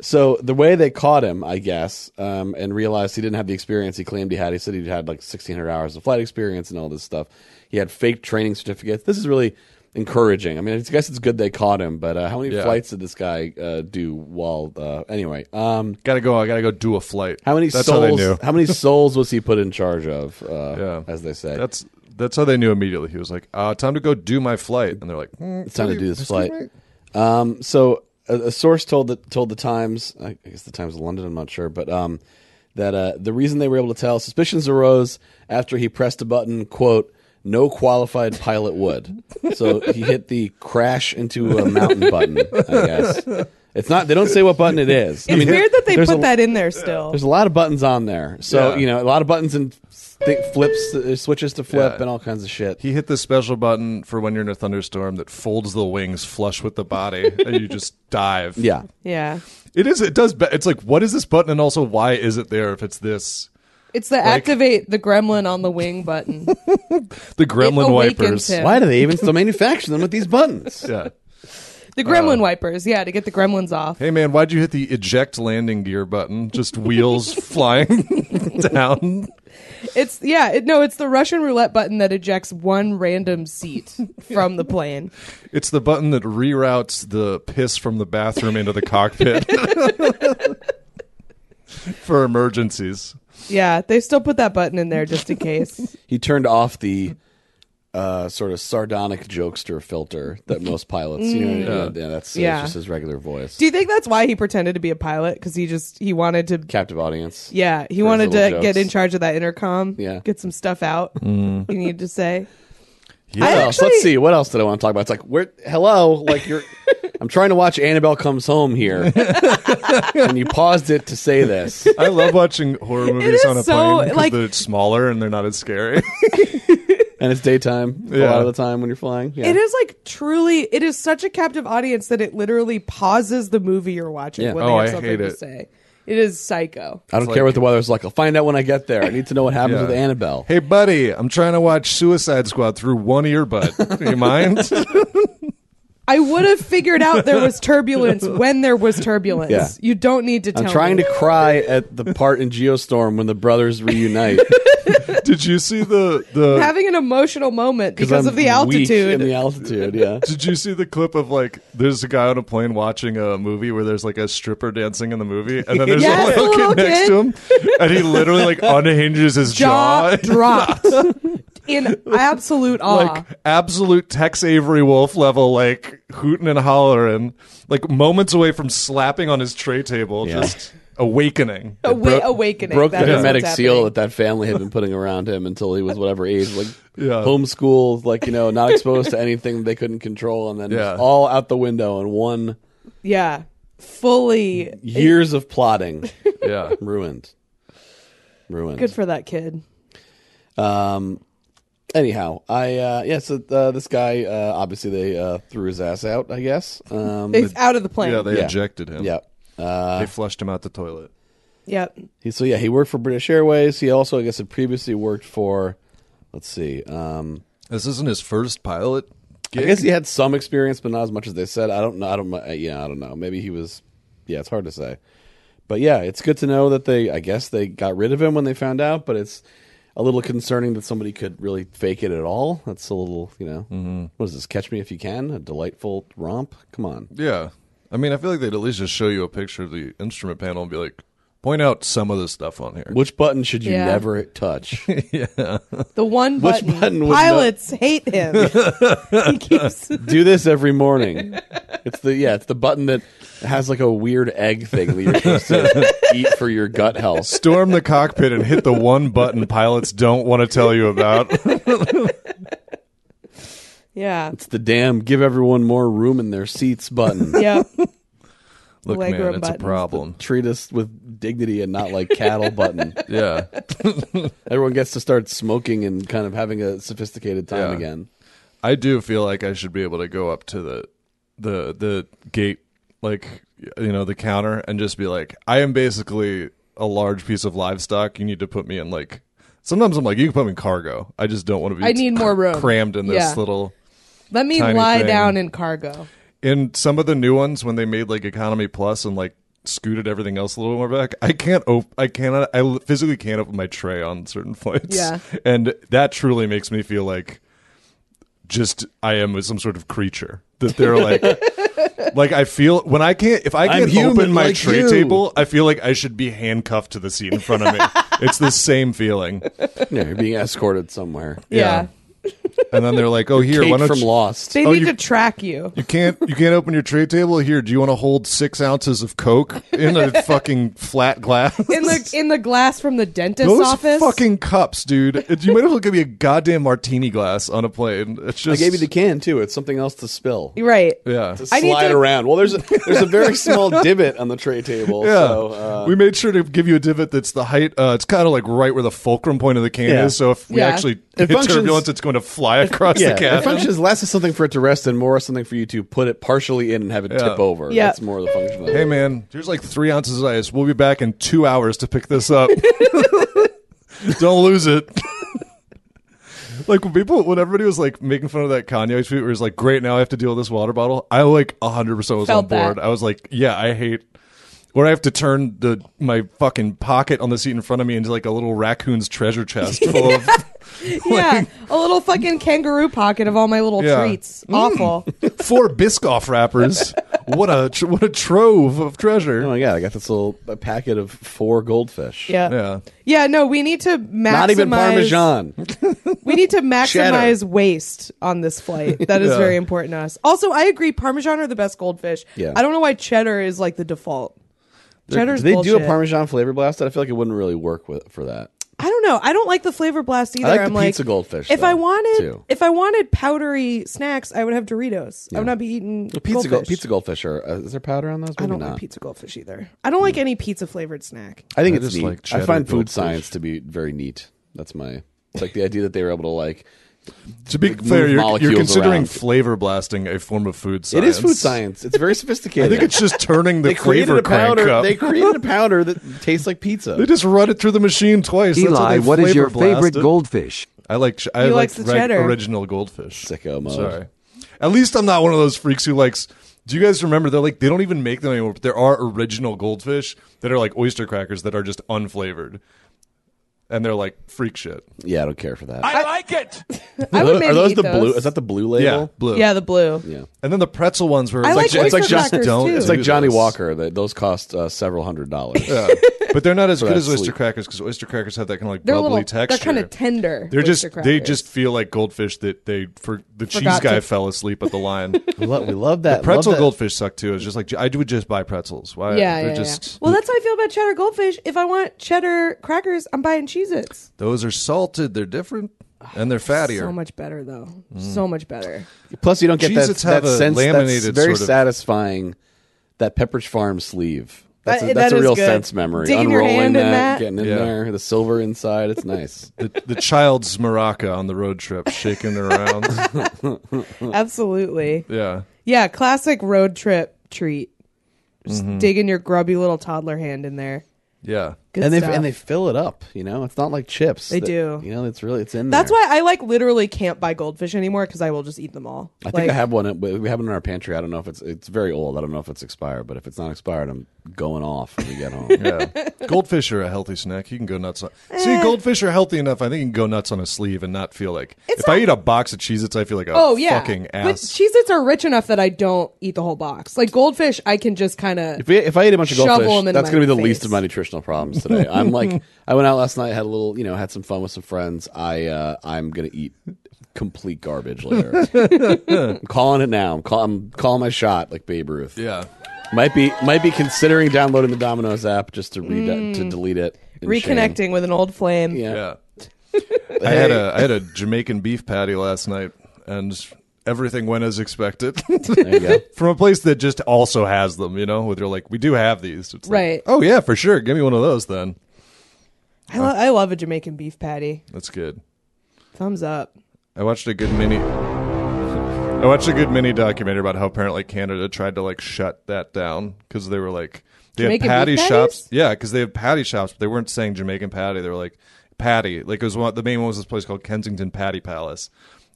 so the way they caught him, I guess, um, and realized he didn't have the experience he claimed he had. He said he'd had like 1,600 hours of flight experience and all this stuff. He had fake training certificates. This is really encouraging. I mean, I guess it's good they caught him, but uh, how many Yeah. flights did this guy uh, do while? Uh, anyway, um, Gotta go. I gotta go do a flight. how many That's souls? how they knew. How (laughs) many souls was he put in charge of? Uh, Yeah. (laughs) as they say, That's that's how they knew immediately. He was like, uh, time to go do my flight, and they're like, "Mm, it's time to really? do this Excuse flight. me?" Um, so a, a source told the told the Times, I I guess the Times of London, I'm not sure, but um, that uh, the reason they were able to tell suspicions arose after he pressed a button. "Quote: No qualified pilot would." so he hit the crash into a mountain button. I guess it's not. They don't say what button it is. I It's mean, weird that they there's put a- that in there still. There's a lot of buttons on there, so Yeah. you know a lot of buttons and th- flips, uh, switches to flip, Yeah. and all kinds of shit. He hit the special button for when you're in a thunderstorm that folds the wings flush with the body, (laughs) and you just dive. yeah, yeah. it is. It does. Be- it's like, what is this button, and also why is it there if it's this? It's the activate the gremlin on the wing button. The gremlin awakens wipers. him. why do they even still manufacture them with these buttons? Yeah. The gremlin Oh. wipers, yeah, to get the gremlins off. Hey man, why'd you hit the eject landing gear button? (laughs) Just wheels flying (laughs) down. It's yeah, it, no, it's the Russian roulette button that ejects one (laughs) random seat from the plane. It's the button that reroutes the piss from the bathroom into the cockpit (laughs) for emergencies. Yeah, they still put that button in there just in (laughs) case. he turned off the uh, sort of sardonic jokester filter that most pilots, you know, yeah, yeah, that's uh, Yeah. just his regular voice. Do you think that's why he pretended to be a pilot? Because he just he wanted to Captive audience. Yeah, he his wanted to little jokes. get in charge of that intercom. Yeah. Get some (laughs) stuff out you need to say. What I else? Let's see. What else did I want to talk about? It's like, where? Hello, like (laughs) you're. I'm trying to watch Annabelle Comes Home here, and you paused it to say this. I love watching horror movies is on a so, plane because like- they're smaller and they're not as scary. (laughs) And it's daytime a Yeah. lot of the time when you're flying. Yeah. It is like truly it is such a captive audience that it literally pauses the movie you're watching Yeah. when Oh, they have I something hate to it. say. It is psycho. I don't care what the weather's like. I'll find out when I get there. I need to know what happens Yeah. with Annabelle. hey buddy, I'm trying to watch Suicide Squad through one earbud. Do (laughs) you mind? I would have figured out there was (laughs) turbulence when there was turbulence. Yeah. You don't need to tell I'm trying me. to cry at the part in Geostorm when the brothers reunite. (laughs) Did you see the the having an emotional moment because I'm of the weak in altitude. the altitude, (laughs) yeah. Did you see the clip of like there's a guy on a plane watching a movie where there's like a stripper dancing in the movie and then there's Yes, a little the kid little next kid. to him and he (laughs) literally like unhinges his jaw jaw. (laughs) (laughs) dropped in absolute awe. Like absolute Tex Avery Wolf level, like hooting and hollering, like moments away from slapping on his tray table, Yeah. just awakening. Awa- broke- awakening. broke That the is what's hermetic seal happening. that that family had been putting around him until he was whatever age, (laughs) like Yeah. homeschooled, like you know, not exposed to anything they couldn't control, and then just Yeah. all out the window in one Yeah. Fully years of (laughs) plotting Yeah. ruined, ruined. good for that kid. Um, Anyhow, I uh, yeah. So uh, this guy uh, obviously they uh, threw his ass out. I guess. Um, It's out of the plane. Yeah, they Yeah. ejected (laughs) him. yeah. they flushed him out the toilet. Yep. He, so yeah, he worked for British Airways. He also, I guess, had previously worked for. Let's see. Um, This isn't his first pilot. Gig. I guess he had some experience, but not as much as they said. I don't know. I don't. uh, Yeah, I don't know. Maybe he was. Yeah, it's hard to say. But yeah, it's good to know that they. I guess they got rid of him when they found out. But it's a little concerning that somebody could really fake it at all. That's a little, you know. What is this? Catch me if you can. A delightful romp. Come on. Yeah. I mean, I feel like they'd at least just show you a picture of the instrument panel and be like, point out some of the stuff on here. Which button should you Yeah. never touch? The one Which button. button was Pilots (laughs) hate him. he keeps. (laughs) Do this every morning. It's the yeah, it's the button that has like a weird egg thing that you're supposed to eat for your gut health. Storm the cockpit and hit the one button pilots don't want to tell you about. Yeah. It's the damn give everyone more room in their seats (laughs) button. Yep. (laughs) Look, Leg man, room it's a buttons. problem. Treat us with dignity and not like cattle button. Yeah. Everyone gets to start smoking and kind of having a sophisticated time Yeah. again. I do feel like I should be able to go up to the the the gate like you know the counter and just be like I am basically a large piece of livestock you need to put me in like sometimes I'm like you can put me in cargo I just don't want to be I need more room. crammed in this Yeah. little Let me Tiny lie thing. down in cargo. in some of the new ones when they made like economy plus and like scooted everything else a little more back i can't op- i cannot i l- physically can't open my tray on certain (laughs) flights Yeah. and that truly makes me feel like just i am some sort of creature that they're like like i feel when i can't if i I'm can't human open my like tray you. table i feel like i should be handcuffed to the seat in front of me it's the same feeling Yeah, you're being escorted somewhere. Yeah. and then they're like oh here why Kate don't from you Lost. They Oh, need you- to track you. You can't you can't open your tray table here. Do you want to hold six ounces of Coke in a fucking flat glass? In the in the glass from the dentist's Those office. fucking cups, dude. It- You might as well give me a goddamn martini glass on a plane. It's I just gave you the can too. It's something else to spill. You're right. (laughs) yeah. To I need slide to- around. Well, there's a, there's a very small (laughs) divot on the tray table. Yeah, So, uh, we made sure to give you a divot that's the height. Uh, it's kind of like right where the fulcrum point of the can Yeah. is. So if we Yeah. actually It hit functions- turbulence, it's going to fly across yeah, the cabin. it functions less as something for it to rest and more as something for you to put it partially in and have it tip over. Yeah. That's more the function. Of it. Hey man, here's like three ounces of ice. We'll be back in two hours to pick this up. (laughs) Don't lose it. (laughs) like when people, when everybody was like making fun of that Kanye tweet, where he's like, "Great, now I have to deal with this water bottle." I like 100 percent was Felt on board. that. I was like, "Yeah, I hate." Where I have to turn the my fucking pocket on the seat in front of me into like a little raccoon's treasure chest (laughs) full of (laughs) Yeah. A little fucking kangaroo pocket of all my little Yeah. treats. Awful. four Biscoff wrappers. What a tr- what a trove of Oh treasure! my god! I got this little a packet of four goldfish. Yeah. Yeah, Yeah, no, we need to maximize Not even Parmesan. (laughs) We need to Cheddar. maximize waste on this flight. That is Yeah. very important to us. Also, I agree Parmesan are the best goldfish. Yeah. I don't know why cheddar is like the default. Do Cheddar's they bullshit. do a Parmesan flavor blast? I feel like it wouldn't really work with for that. I don't know. I don't like the flavor blast either. like the I'm like pizza goldfish, If though, I wanted, too. if I wanted powdery snacks, I would have Doritos. I would not be eating Pizza gold, goldfish. pizza goldfish are uh, is there powder on those? I Maybe don't not. Hmm. like pizza goldfish either. I don't like any pizza flavored snack. I think I it's just neat. like I cheddar find food goldfish. science to be very neat. That's my it's like the idea that they were able to like. To be Like, fair, move you're, molecules you're considering around. flavor blasting a form of food science. It is food science. It's very (laughs) I sophisticated. think it's just turning the they created flavor a crank powder. up. They (laughs) They, created a powder that tastes like pizza. just run it through the machine twice. That's how Eli, they what is flavor your blast favorite it. goldfish? I like. ch- He I like likes the reg- cheddar. original goldfish. Sicko mode. Sorry. At least I'm not one of those freaks who likes. Do you guys remember? They're like they don't even make them anymore. But there are original goldfish that are like oyster crackers that are just unflavored, and they're like freak shit. Yeah, I don't care for that. (laughs) I are would those, maybe are those eat the those. blue? Is that the blue Yeah, label? blue. Yeah, the blue. Yeah. And then the pretzel ones were I like just- it's like oyster just- crackers don't- too. It's like Do Johnny this. Walker. They, those cost uh, several hundred dollars. (laughs) but they're not as good that as oyster sleep. crackers because oyster crackers have that kind of like They're a bubbly little. texture. They're kind of tender. They're just oyster they crackers. just feel like goldfish that they for the cheese Forgot guy to- fell asleep at (laughs) the line. We, lo- we love that. Pretzel love that- goldfish suck too. It's just like I would just buy pretzels. Why? Yeah, they're yeah, just yeah. Well, that's how I feel about cheddar goldfish. If I want cheddar crackers, I'm buying Cheez-Its. those are salted. They're different and they're fattier. Oh, So much better though. Hmm. So much better. Plus, you don't get that, Cheez-Its have that a sense. That's laminated very sort of- satisfying. That Pepperidge Farm sleeve. That's That- a, that's that a is real good. sense memory. Digging your Unrolling hand that, in that. getting in Yeah. there, the silver inside. (laughs) It's nice. The, the child's maraca on the road trip, shaking her around. (laughs) (laughs) Absolutely. yeah. Yeah, classic road trip treat. Just Mm-hmm. digging your grubby little toddler hand in there. Yeah. Good and they stuff. and they fill it up. You know, it's not like chips. They that- do. You know, it's really it's in That's there. why I like literally can't buy goldfish anymore because I will just eat them all. I think like, I have one. We have it in our pantry. I don't know if it's it's very old. I don't know if it's expired, but if it's not expired, I'm going off when we get (laughs) home. Yeah. Goldfish are a healthy snack. You can go nuts on. See, Eh. goldfish are healthy enough. I think you can go nuts on a sleeve and not feel like. It's if I not- eat a box of Cheez Its, I feel like a Oh yeah, fucking but ass. Cheez-Its are rich enough that I don't eat the whole box. Like goldfish, I can just kind of If, we, if I eat a bunch of Shovel goldfish, them in that's my going to be the face. least of my nutritional problems today. I'm (laughs) like, I went out last night, had a little, you know, had some fun with some friends. I, uh, I'm going to eat complete garbage later. I'm calling it now. I'm, call, I'm calling my shot, like Babe Ruth. yeah. Might be, might be considering downloading the Domino's app just to read Mm. to delete it. in reconnecting shame. with an old flame. Yeah. Yeah. (laughs) I had a I had a Jamaican beef patty last night, and everything went as expected. There you go. (laughs) From a place that just also has them, you know, where they're like, we do have these. It's like, Right. oh yeah, for sure. Give me one of those then. I, lo- I love a Jamaican beef patty. That's good. Thumbs up. I watched a good mini. I watched a good mini documentary about how apparently Canada tried to like shut that down because they were like they Jamaican beef had patty patties? shops. Yeah, because they have patty shops, but they weren't saying Jamaican patty. They were like patty. Like it was one. The main one was this place called Kensington Patty Palace,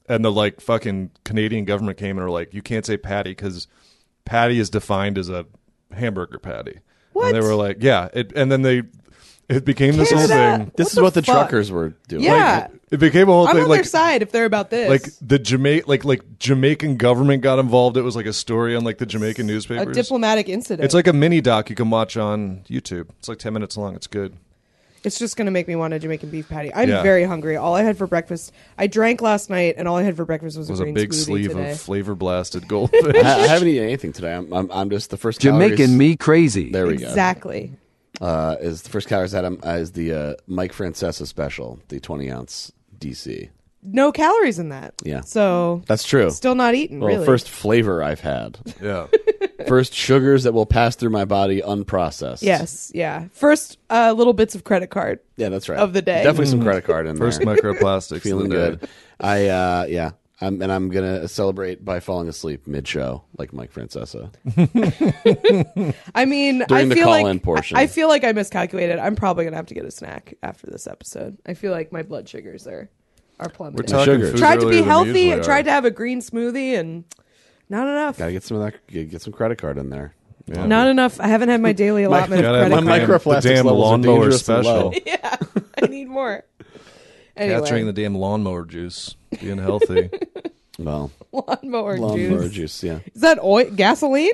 and the like fucking Canadian government came and were like, you can't say patty because patty is defined as a hamburger patty. What? And they were like, yeah. It, and then they it became this whole Canada! thing. This What is the what the fuck? truckers were doing. Yeah. It became a whole I'm thing. on like their side if they're about this. like the Jama- like like Jamaican government got involved. It was like a story on like the Jamaican a newspapers. diplomatic incident. it's like a mini doc you can watch on YouTube. It's like ten minutes long. It's good. It's just gonna make me want a Jamaican beef patty. I'm Yeah. very hungry. All I had for breakfast, I drank last night, and all I had for breakfast was, It was a a green big smoothie sleeve today. of flavor blasted goldfish. (laughs) I, I haven't eaten anything today. I'm, I'm, I'm just the first calories- Jamaican me crazy. There we go. Exactly. uh, is the first calories item uh, is the uh, Mike Francesa special, the 20 ounce DC. No calories in that. Yeah. So That's true. still not eating. well, really. first flavor I've (laughs) had, yeah, first sugars that will pass through my body unprocessed. Yes. Yeah. First, uh, little bits of credit card. yeah, that's right. Of the day. Mm. definitely some credit card in first there. microplastics. (laughs) Feeling of the day. good. I uh, yeah. I'm, and I'm gonna celebrate by falling asleep mid-show, like Mike Francesa. I mean, During I the feel call-in like portion. I, I feel like I miscalculated. I'm probably gonna have to get a snack after this episode. I feel like my blood sugars are are plummeting. We're talking sugar. food tried to earlier be than we healthy. usually I are. tried to have a green smoothie, and not enough. Gotta get some of that. Get get some credit card in there. Not enough. I haven't had my daily allotment gotta of have credit My card. my damn- microplastics the damn levels are lawnmower dangerously special. low. yeah, (laughs) I need (laughs) more. Anyway, Capturing the damn lawnmower juice. (laughs) Being healthy. Well, lawnmower, lawnmower juice. juice, yeah. Is that oil? (laughs) Gasoline?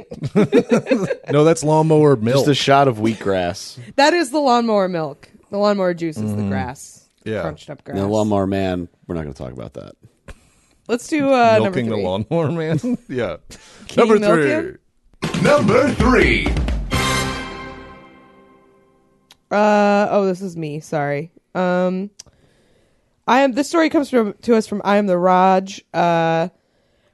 no, that's lawnmower milk. Just a shot of wheatgrass. that is the lawnmower milk. The lawnmower juice is the grass. Mm-hmm. Yeah. Crunched up grass. And the lawnmower man. We're not gonna talk about that. Let's do uh, number Milking the three. lawnmower, man. (laughs) yeah. Number you milk three. him? Number three. Uh, oh, this is me. Sorry. Um, I am. This story comes from to us from I am the Raj. Uh,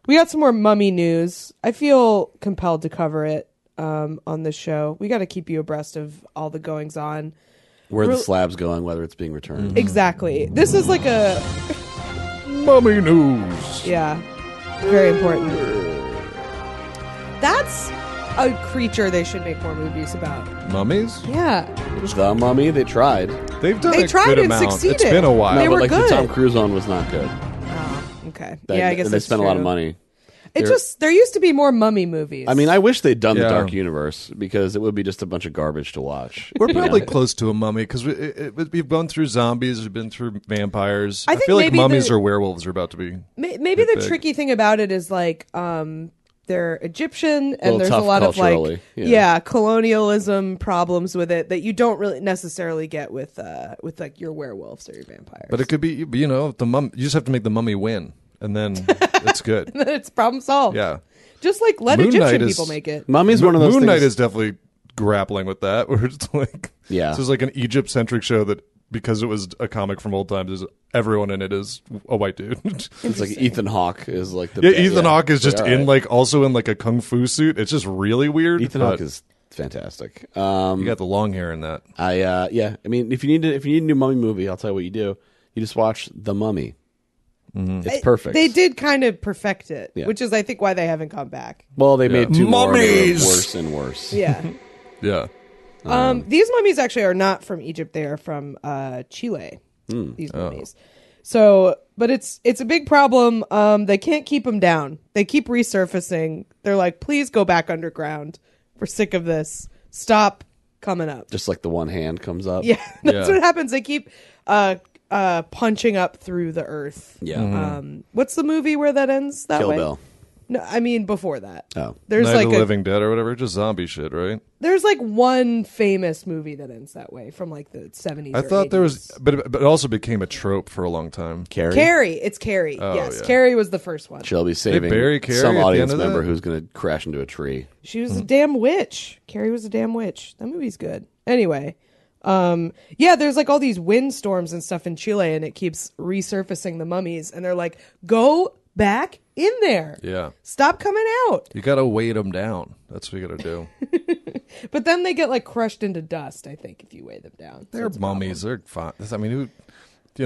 we got some more mummy news. I feel compelled to cover it. Um, on this show, we got to keep you abreast of all the goings on. where the Real- slab's going, whether it's being returned. Exactly. This is like a Mummy news. Yeah. Very important. That's a creature they should make more movies about. Mummies? Mm-hmm. Yeah. The Mummy, they tried. Uh, They've done They a tried good and amount. It's succeeded. been a while. They but were like the good. Tom Cruise one was not good. Okay. They, yeah, I guess they that's spent a lot of true. money. It just there used to be more mummy movies. I mean, I wish they'd done the Yeah. Dark Universe because it would be just a bunch of garbage to watch. We're you know? probably close to a mummy because we, it, it, we've gone through zombies, we've been through vampires. I I, think feel like maybe mummies the- or werewolves are about to be. Ma- maybe the big. tricky thing about it is like um they're Egyptian and Little there's a tough lot of like culturally, yeah. colonialism problems with it that you don't really necessarily get with uh with like your werewolves or your vampires. But it could be, you know, the mum. You just have to make the mummy win, (laughs) and then it's good. (laughs) it's problem solved. Yeah, Just like let Moon Egyptian Knight is- people make it. Mummy's one of those Moon things. Knight is definitely grappling with that. (laughs) Where it's like, Yeah. this is like an Egypt centric show that because it was a comic from old times, is everyone in it is a white dude. (laughs) it's like Ethan Hawke is like the yeah, Ethan Hawke is It's just in alright. like also in like a kung fu suit. It's just really weird. Ethan but Hawke is fantastic. Um, You got the long hair in that. I uh, yeah, I mean, if you need to, if you need a new Mummy movie, I'll tell you what you do. You just watch The Mummy. It's perfect. They did kind of perfect it, Yeah. which is, I think, why they haven't gone back. Well, they made two more and they were Mummies! worse and worse. (laughs) Yeah. Yeah. um, these mummies actually are not from Egypt. They are from uh, Chile. Hmm. These Oh. mummies. So, but it's it's a big problem. Um, they can't keep them down. They keep resurfacing. They're like, please go back underground. We're sick of this. Stop coming up. (laughs) Just like the one hand comes up. Yeah, that's Yeah. what happens. They keep uh uh punching up through the earth. Yeah. Mm-hmm. Um, what's the movie where that ends that Kill way? Bill. No, I mean before that. Oh. There's Uh, Night like of the a, Living Dead or whatever, just zombie shit, right? there's like one famous movie that ends that way from like the 70s. I or thought there was, 80s. but it, but it also became a trope for a long time. Carrie. Carrie. It's Carrie. yes, Oh, yeah. Carrie was the first one. She'll be saving bury Carrie at some the audience end of member that? who's going to crash into a tree. She Mm-hmm. was a damn witch. Carrie was a damn witch. That movie's good. Anyway, um, yeah, there's like all these windstorms and stuff in Chile, and it keeps resurfacing the mummies, and they're like, go back in there. Yeah. Stop coming out. You got to weight them down. That's what you got to do. But then they get like crushed into dust, I think, if you weigh them down. (laughs) They're mummies. They're fine. I mean, who, you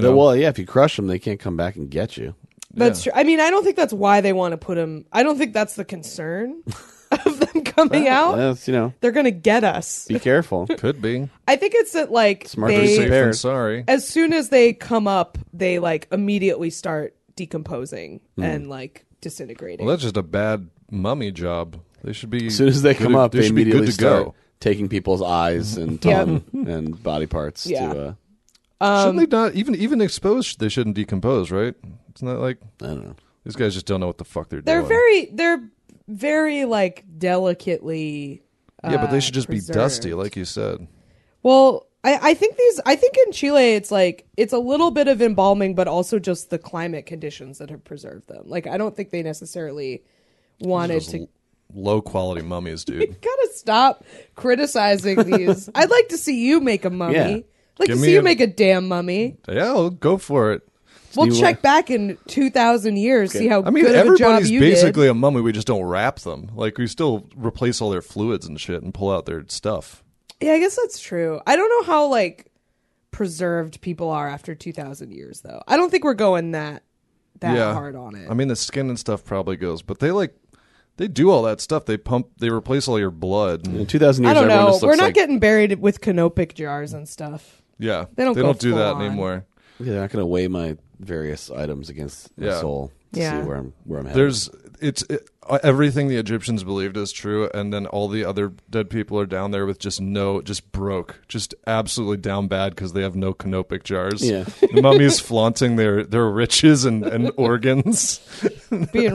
No, know, Well, yeah, if you crush them, they can't come back and get you. That's true. I mean, I don't think that's why they want to put them. I don't think that's the concern (laughs) of them coming out. That's, you know, They're going to get us. be (laughs) careful. could be. I think it's that like Smart they, Hey, Safe Bear. and sorry. as soon as they come up, they like immediately start decomposing and like disintegrating. Hmm. Well, that's just a bad mummy job. They should be. As soon as they come up, they, should be immediately good to start go. taking people's eyes (laughs) and Yep. tongue and body parts Yeah. to, uh, Shouldn't they not even even exposed? They shouldn't decompose, right? It's not like I don't know. these guys just don't know what the fuck they're, they're doing. very they're very like delicately. yeah, but uh, they should just be dusty, preserved. like you said. Well, I, I think these. I think in Chile, it's like it's a little bit of embalming, but also just the climate conditions that have preserved them. Like I don't think they necessarily wanted Those to. l- low quality mummies, (laughs) dude. gotta stop criticizing these. I'd like to see you make a mummy. Yeah. I'd Like Give to me see you a- make a damn mummy. yeah, I'll go for it. We'll you check back in two thousand years, see how I mean, good of a job everybody's you basically a mummy. We just don't wrap them. Like we still replace all their fluids and shit and pull out their stuff. did. Yeah, I guess that's true. I don't know how like preserved people are after two thousand years, though. I don't think we're going that that yeah, hard on it. I mean, the skin and stuff probably goes, but they like they do all that stuff. They pump, they replace all your blood. In 2,000 years, I don't everyone know. just looks We're not like, getting buried with canopic jars and stuff. yeah, They don't they go don't do full that on. anymore. Yeah, they're not going to weigh my various items against my Yeah. soul to Yeah. see where I'm, where I'm headed. There's it's it, uh, everything the Egyptians believed is true, and then all the other dead people are down there with just no, just broke, just absolutely down bad because they have no canopic jars. Yeah. the mummies flaunting their their riches (laughs) and, and organs. Being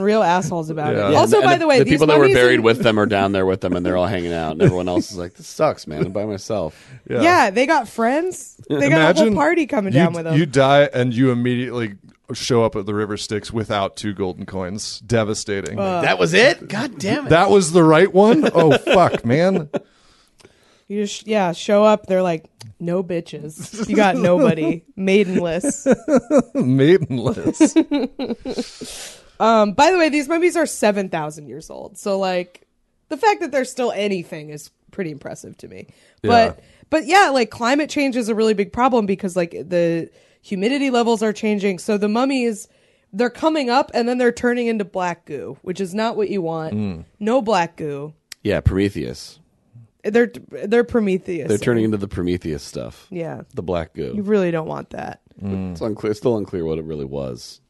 (laughs) real assholes about Yeah. it. Yeah, also, and by the way, the these people that were mummies buried in- with them are down there with them, and they're all hanging out, and everyone else is like, "This sucks, man. I'm by (laughs) myself." yeah. they got friends. They got a whole party coming you, down with them. You die and you immediately show up at the river Styx without two golden coins. Devastating. that was it. God damn it. that was the right one? Oh fuck, man. (laughs) You just yeah, show up. They're like, no bitches. (laughs) You got nobody. Maidenless. Maidenless. Um, by the way, these mummies are seven thousand years old. So like, the fact that there's still anything is pretty impressive to me. But Yeah. but yeah, like climate change is a really big problem because like the humidity levels are changing. So the mummies. They're coming up and then they're turning into black goo, which is not what you want. Hmm. No black goo. Yeah, Prometheus. They're they're Prometheus. They're turning into the Prometheus stuff. Yeah. the black You goo. really don't want that. Mm. It's unclear. It's still unclear what it really was.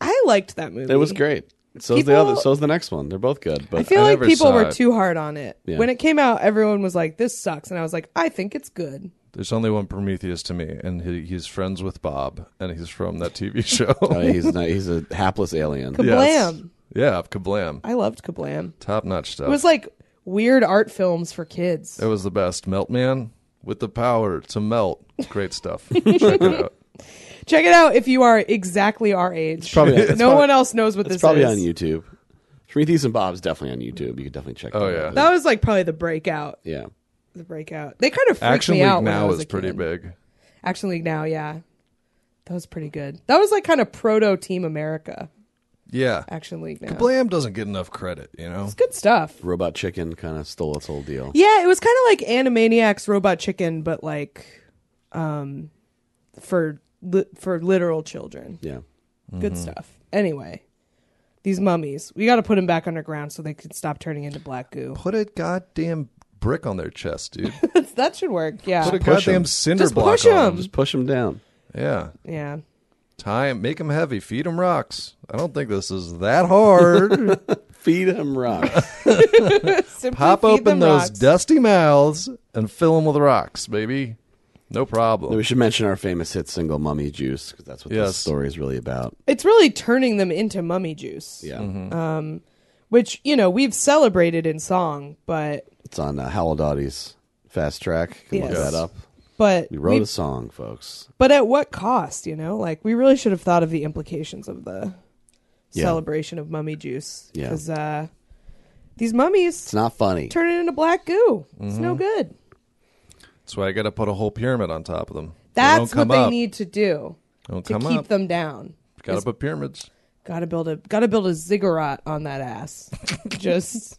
I liked that movie. It was great. So's the People- other. So's the next one. They're both good, I (laughs) but feel I like never people saw were it. too hard on it. Yeah. When it came out, everyone was like, "This sucks," and I was like, "I think it's good." There's only one Prometheus to me, and he, he's friends with Bob, and he's from that (laughs) TV (laughs) show. uh, he's not, he's a hapless alien. Kablam! Yeah, kablam. I loved Kablam. Top notch stuff. It was like weird art films for kids. it Oh. was the best. Melt man with the power to melt. (laughs) Great stuff. Check it out. Check it out if you are exactly our age. (laughs) probably- no it's probably- one else knows what It's this probably is. on YouTube. Prometheus and Bob's definitely on YouTube. You could definitely check. Oh, that yeah. out. That was like probably the breakout. yeah. The breakout. They kind of freaked Action me League out. when I now was is a pretty kid. big. Action League now, yeah. That was pretty good. That was like kind of proto Team America. Yeah. Action League now. Blam doesn't get enough credit, you know? It's good stuff. Robot Chicken kind of stole its whole deal. Yeah, it was kind of like Animaniacs Robot Chicken, but like um, for li- for literal children. Yeah. Good stuff. Anyway, these mummies, we got to put them back underground so they can stop turning into black goo. Put a goddamn brick on their (laughs) chest, dude. that should work. Yeah, Put a Push 'em. goddamn cinder Just block push on 'em. them. Just push them down. Yeah. Yeah. Tie 'em, make them heavy, feed them rocks. I don't think this is (laughs) that hard. Feed him (laughs) rocks. Simply Pop feed open them those rocks. dusty mouths and fill them with rocks, baby. No problem. we should mention our famous hit single, Mummy Juice, because that's what Yes. this story is really about. It's really turning them into mummy juice. Um, Yeah. Which you know we've celebrated in song, but It's on uh, Howell Dottie's Fast Track. Can look Yes. that up. but We wrote we- a song, folks. but at what cost? You know, like we really should have thought of the implications of the Yeah. celebration of mummy juice Yeah. because uh, these It's mummies not funny. turn it into black goo. It's no good. That's why I got to put a whole pyramid on top of them. They don't That's come what they up. need to do Don't to come keep up. them down. Got to put (laughs) pyramids. Gotta build a gotta build a ziggurat on that (laughs) ass. Just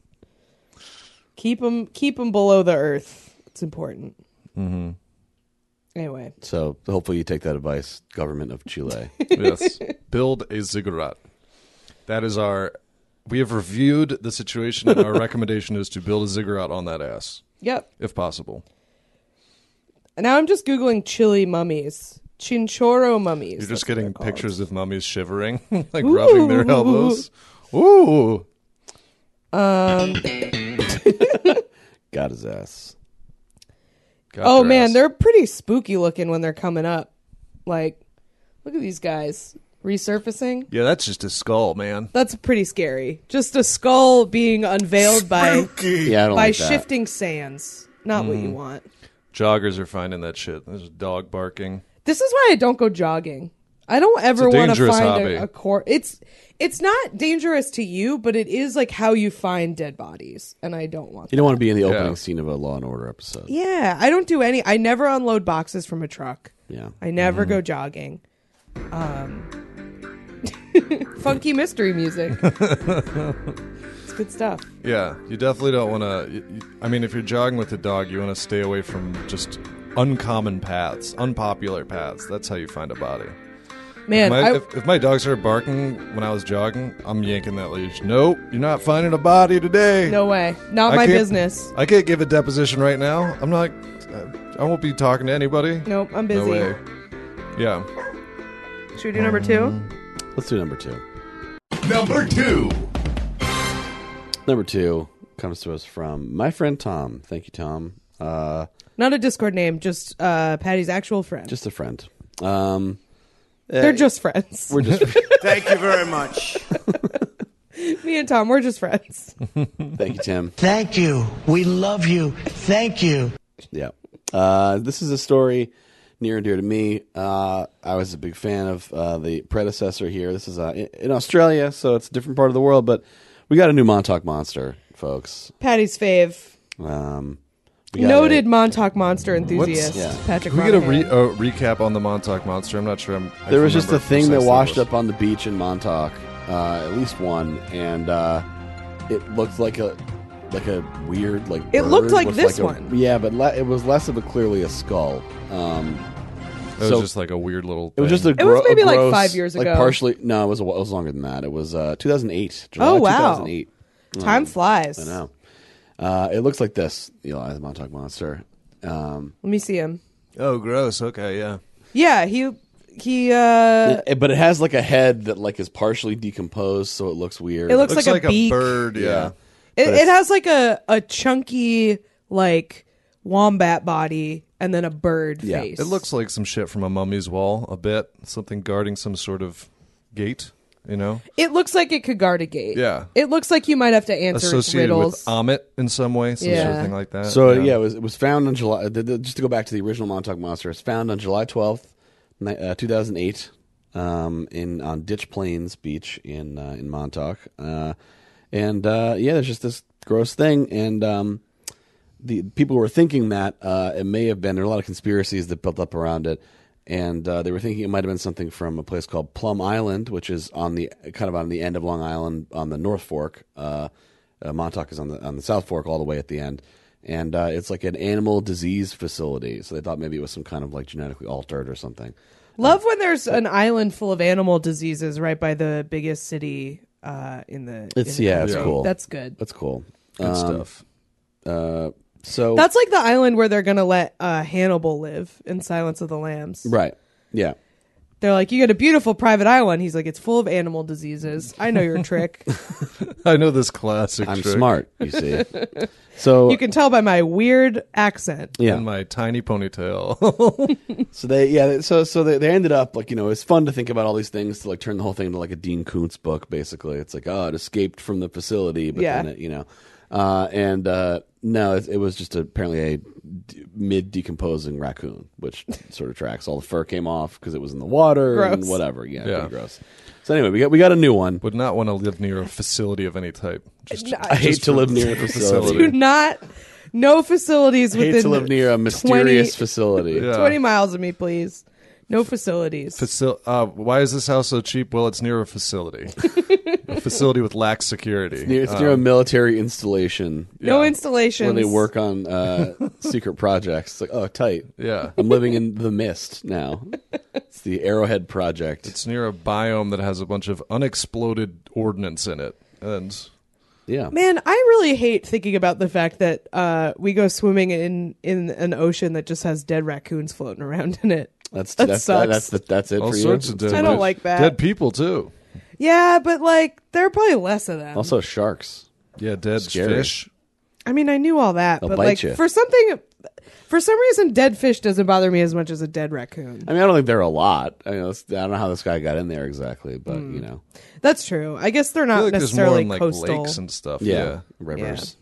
keep them keep them below the earth. It's important. Mm-hmm. Anyway, So hopefully you take that advice, government of Chile. yes. Build a ziggurat. That is our. We have reviewed the situation, (laughs) and our recommendation is to build a ziggurat on that ass, yep. if possible. Now I'm just googling chili mummies, chinchorro mummies. You're just that's what getting they're called. pictures of mummies shivering, (laughs) like rubbing their Ooh. elbows. Ooh. Got his ass. Got Oh their man, ass. they're pretty spooky looking when they're coming up. Like, look at these guys resurfacing. Yeah, that's just a skull, man. That's pretty scary. Just a skull being unveiled by Yeah, I don't by like that. shifting sands. Not what Mm. you want. Joggers are finding that shit. There's a dog barking. This is why I don't go jogging. I don't ever It's a want to dangerous find hobby. a, a core. It's it's not dangerous to you, but it is like how you find dead bodies, and I don't want. You don't want to be in the opening Yeah. scene of a Law and Order episode. Yeah, I don't do any. I never unload boxes from a truck. Yeah. I never Mm-hmm. go jogging. Um, (laughs) funky mystery (laughs) music. it's good stuff. Yeah, you definitely don't want to. I mean, if you're jogging with a dog, you want to stay away from just uncommon paths, unpopular paths. That's how you find a body. Man, my, I, if, if my dog started barking when I was jogging, I'm yanking that leash. Nope, you're not finding a body today. no way. Not I my can't- business. I can't give a deposition right now. I'm not. I won't be talking to anybody. Nope, I'm No busy. way. Yeah. Should we do number Mm. two? Let's do number two. Number two. Number two comes to us from my friend Tom. Thank you, Tom. Uh, Not a Discord name, just uh, Patty's actual friend. just a friend. Um, They're just friends. we're just Thank you very much. Me and Tom, we're just friends. thank you, Tim. Thank you. We love you. Thank you. Yeah. Uh, this is a story near and dear to me. Uh, I was a big fan of uh, the predecessor here. This is uh, in- in Australia, so it's a different part of the world, but we got a new Montauk monster, folks. Patty's fave. Um, we got Noted a- Montauk monster enthusiast, yeah. Patrick Can we get a, Monahan. re- a recap on the Montauk monster? I'm not sure. I'm, I there was just a remember thing that precisely washed what it up on the beach in Montauk, uh, at least one, and uh, it looked like a like a weird like It bird looked like with, this a- one. yeah, but le- it was less of a clearly a skull. Um, was. It so- was just like a weird little. It was just a. It was gro- a maybe like gross- five years like ago. partially. No, it was a, wh- it was longer than that. It was uh, 2008. July Oh, wow. 2008. uh, Time flies. I know. Uh, it looks like this, Eli the Montauk Monster. Um, Let me see him. Oh, gross. Okay, yeah. Yeah, he he uh it- eh, but it has like a head that like is partially decomposed, so it looks weird. it looks, Looks like, like a beak. bird. Yeah. It, it has like a a chunky like wombat body and then a bird Yeah. face. It looks like some shit from a mummy's wall. A bit something guarding some sort of gate. You know, It looks like it could guard a gate. Yeah. It looks like you might have to answer its associated with riddles. Amit in some way, some sort Yeah. of thing like that. So yeah, it, was, it was found on July. The, the, just to go back to the original Montauk Monster, it's found on July twelfth, uh, two thousand eight, um, in on Ditch Plains Beach in uh, in Montauk, uh, and uh, yeah, there's just this gross thing, and um, the people were thinking that uh, it may have been there are a lot of conspiracies that built up around it, and uh, they were thinking it might have been something from a place called Plum Island, which is on the kind of on the end of Long Island on the North Fork. Uh, uh, Montauk is on the on the South Fork, all the way at the end, and uh, it's like an animal disease facility. So they thought maybe it was some kind of like genetically altered or something. Love when there's an island full of animal diseases right by the biggest city uh, in the. It's- in the yeah, it's country. cool. That's good. That's cool. Um, Good stuff. Uh, so That's like the island where they're gonna let uh, Hannibal live in Silence of the Lambs. right, yeah. They're like, you got a beautiful private island. He's like, it's full of animal diseases. I know (laughs) your trick. I know this classic. I'm trick. smart, you (laughs) see. So you can tell by my weird accent. yeah. In my tiny ponytail. (laughs) So they yeah they- so so they, they ended up like you know it's fun to think about all these things to like turn the whole thing into like a Dean Koontz book basically it's like oh it escaped from the facility but Yeah. then it you know uh, and uh, no it, it was just apparently a mid decomposing raccoon which sort of tracks all the fur came off because it was in the water and Gross. whatever yeah, Yeah. pretty gross so anyway we got we got a new one Would not want to live near a facility of any type. Just, I hate to live near a Do facility not, no facilities I hate within to live near a mysterious 20 facility Yeah. 20 miles of me, please. No facilities. Facil- uh, why is this house so cheap? Well, it's near (laughs) a facility. a facility with lax security. Uh, Near- it's near a military installation no yeah. installations. when they work on (laughs) uh, secret projects. It's like, oh, tight. yeah. I'm living in the mist (laughs) now. It's the Arrowhead Project. It's near a biome that has a bunch of unexploded ordnance in it. And yeah. Man, I really hate thinking about the fact that uh, we go swimming in in an ocean that just has dead raccoons floating around in it. That's that that's sucks. that's the, that's it all for you. sorts of dead I don't like that. Dead people, too. Yeah, but like there are probably less of them. also sharks. Yeah, dead Scary. fish. I mean, I knew all that, They'll but bite like you. for something, for some reason, dead fish doesn't bother me as much as a dead raccoon. I mean, I don't think they're a lot. I, mean, that's- I don't know how this guy got in there exactly, but Hmm. you know, That's true. I guess they're I not feel like there's more necessarily in like coastal. lakes and stuff. yeah, Yeah. rivers.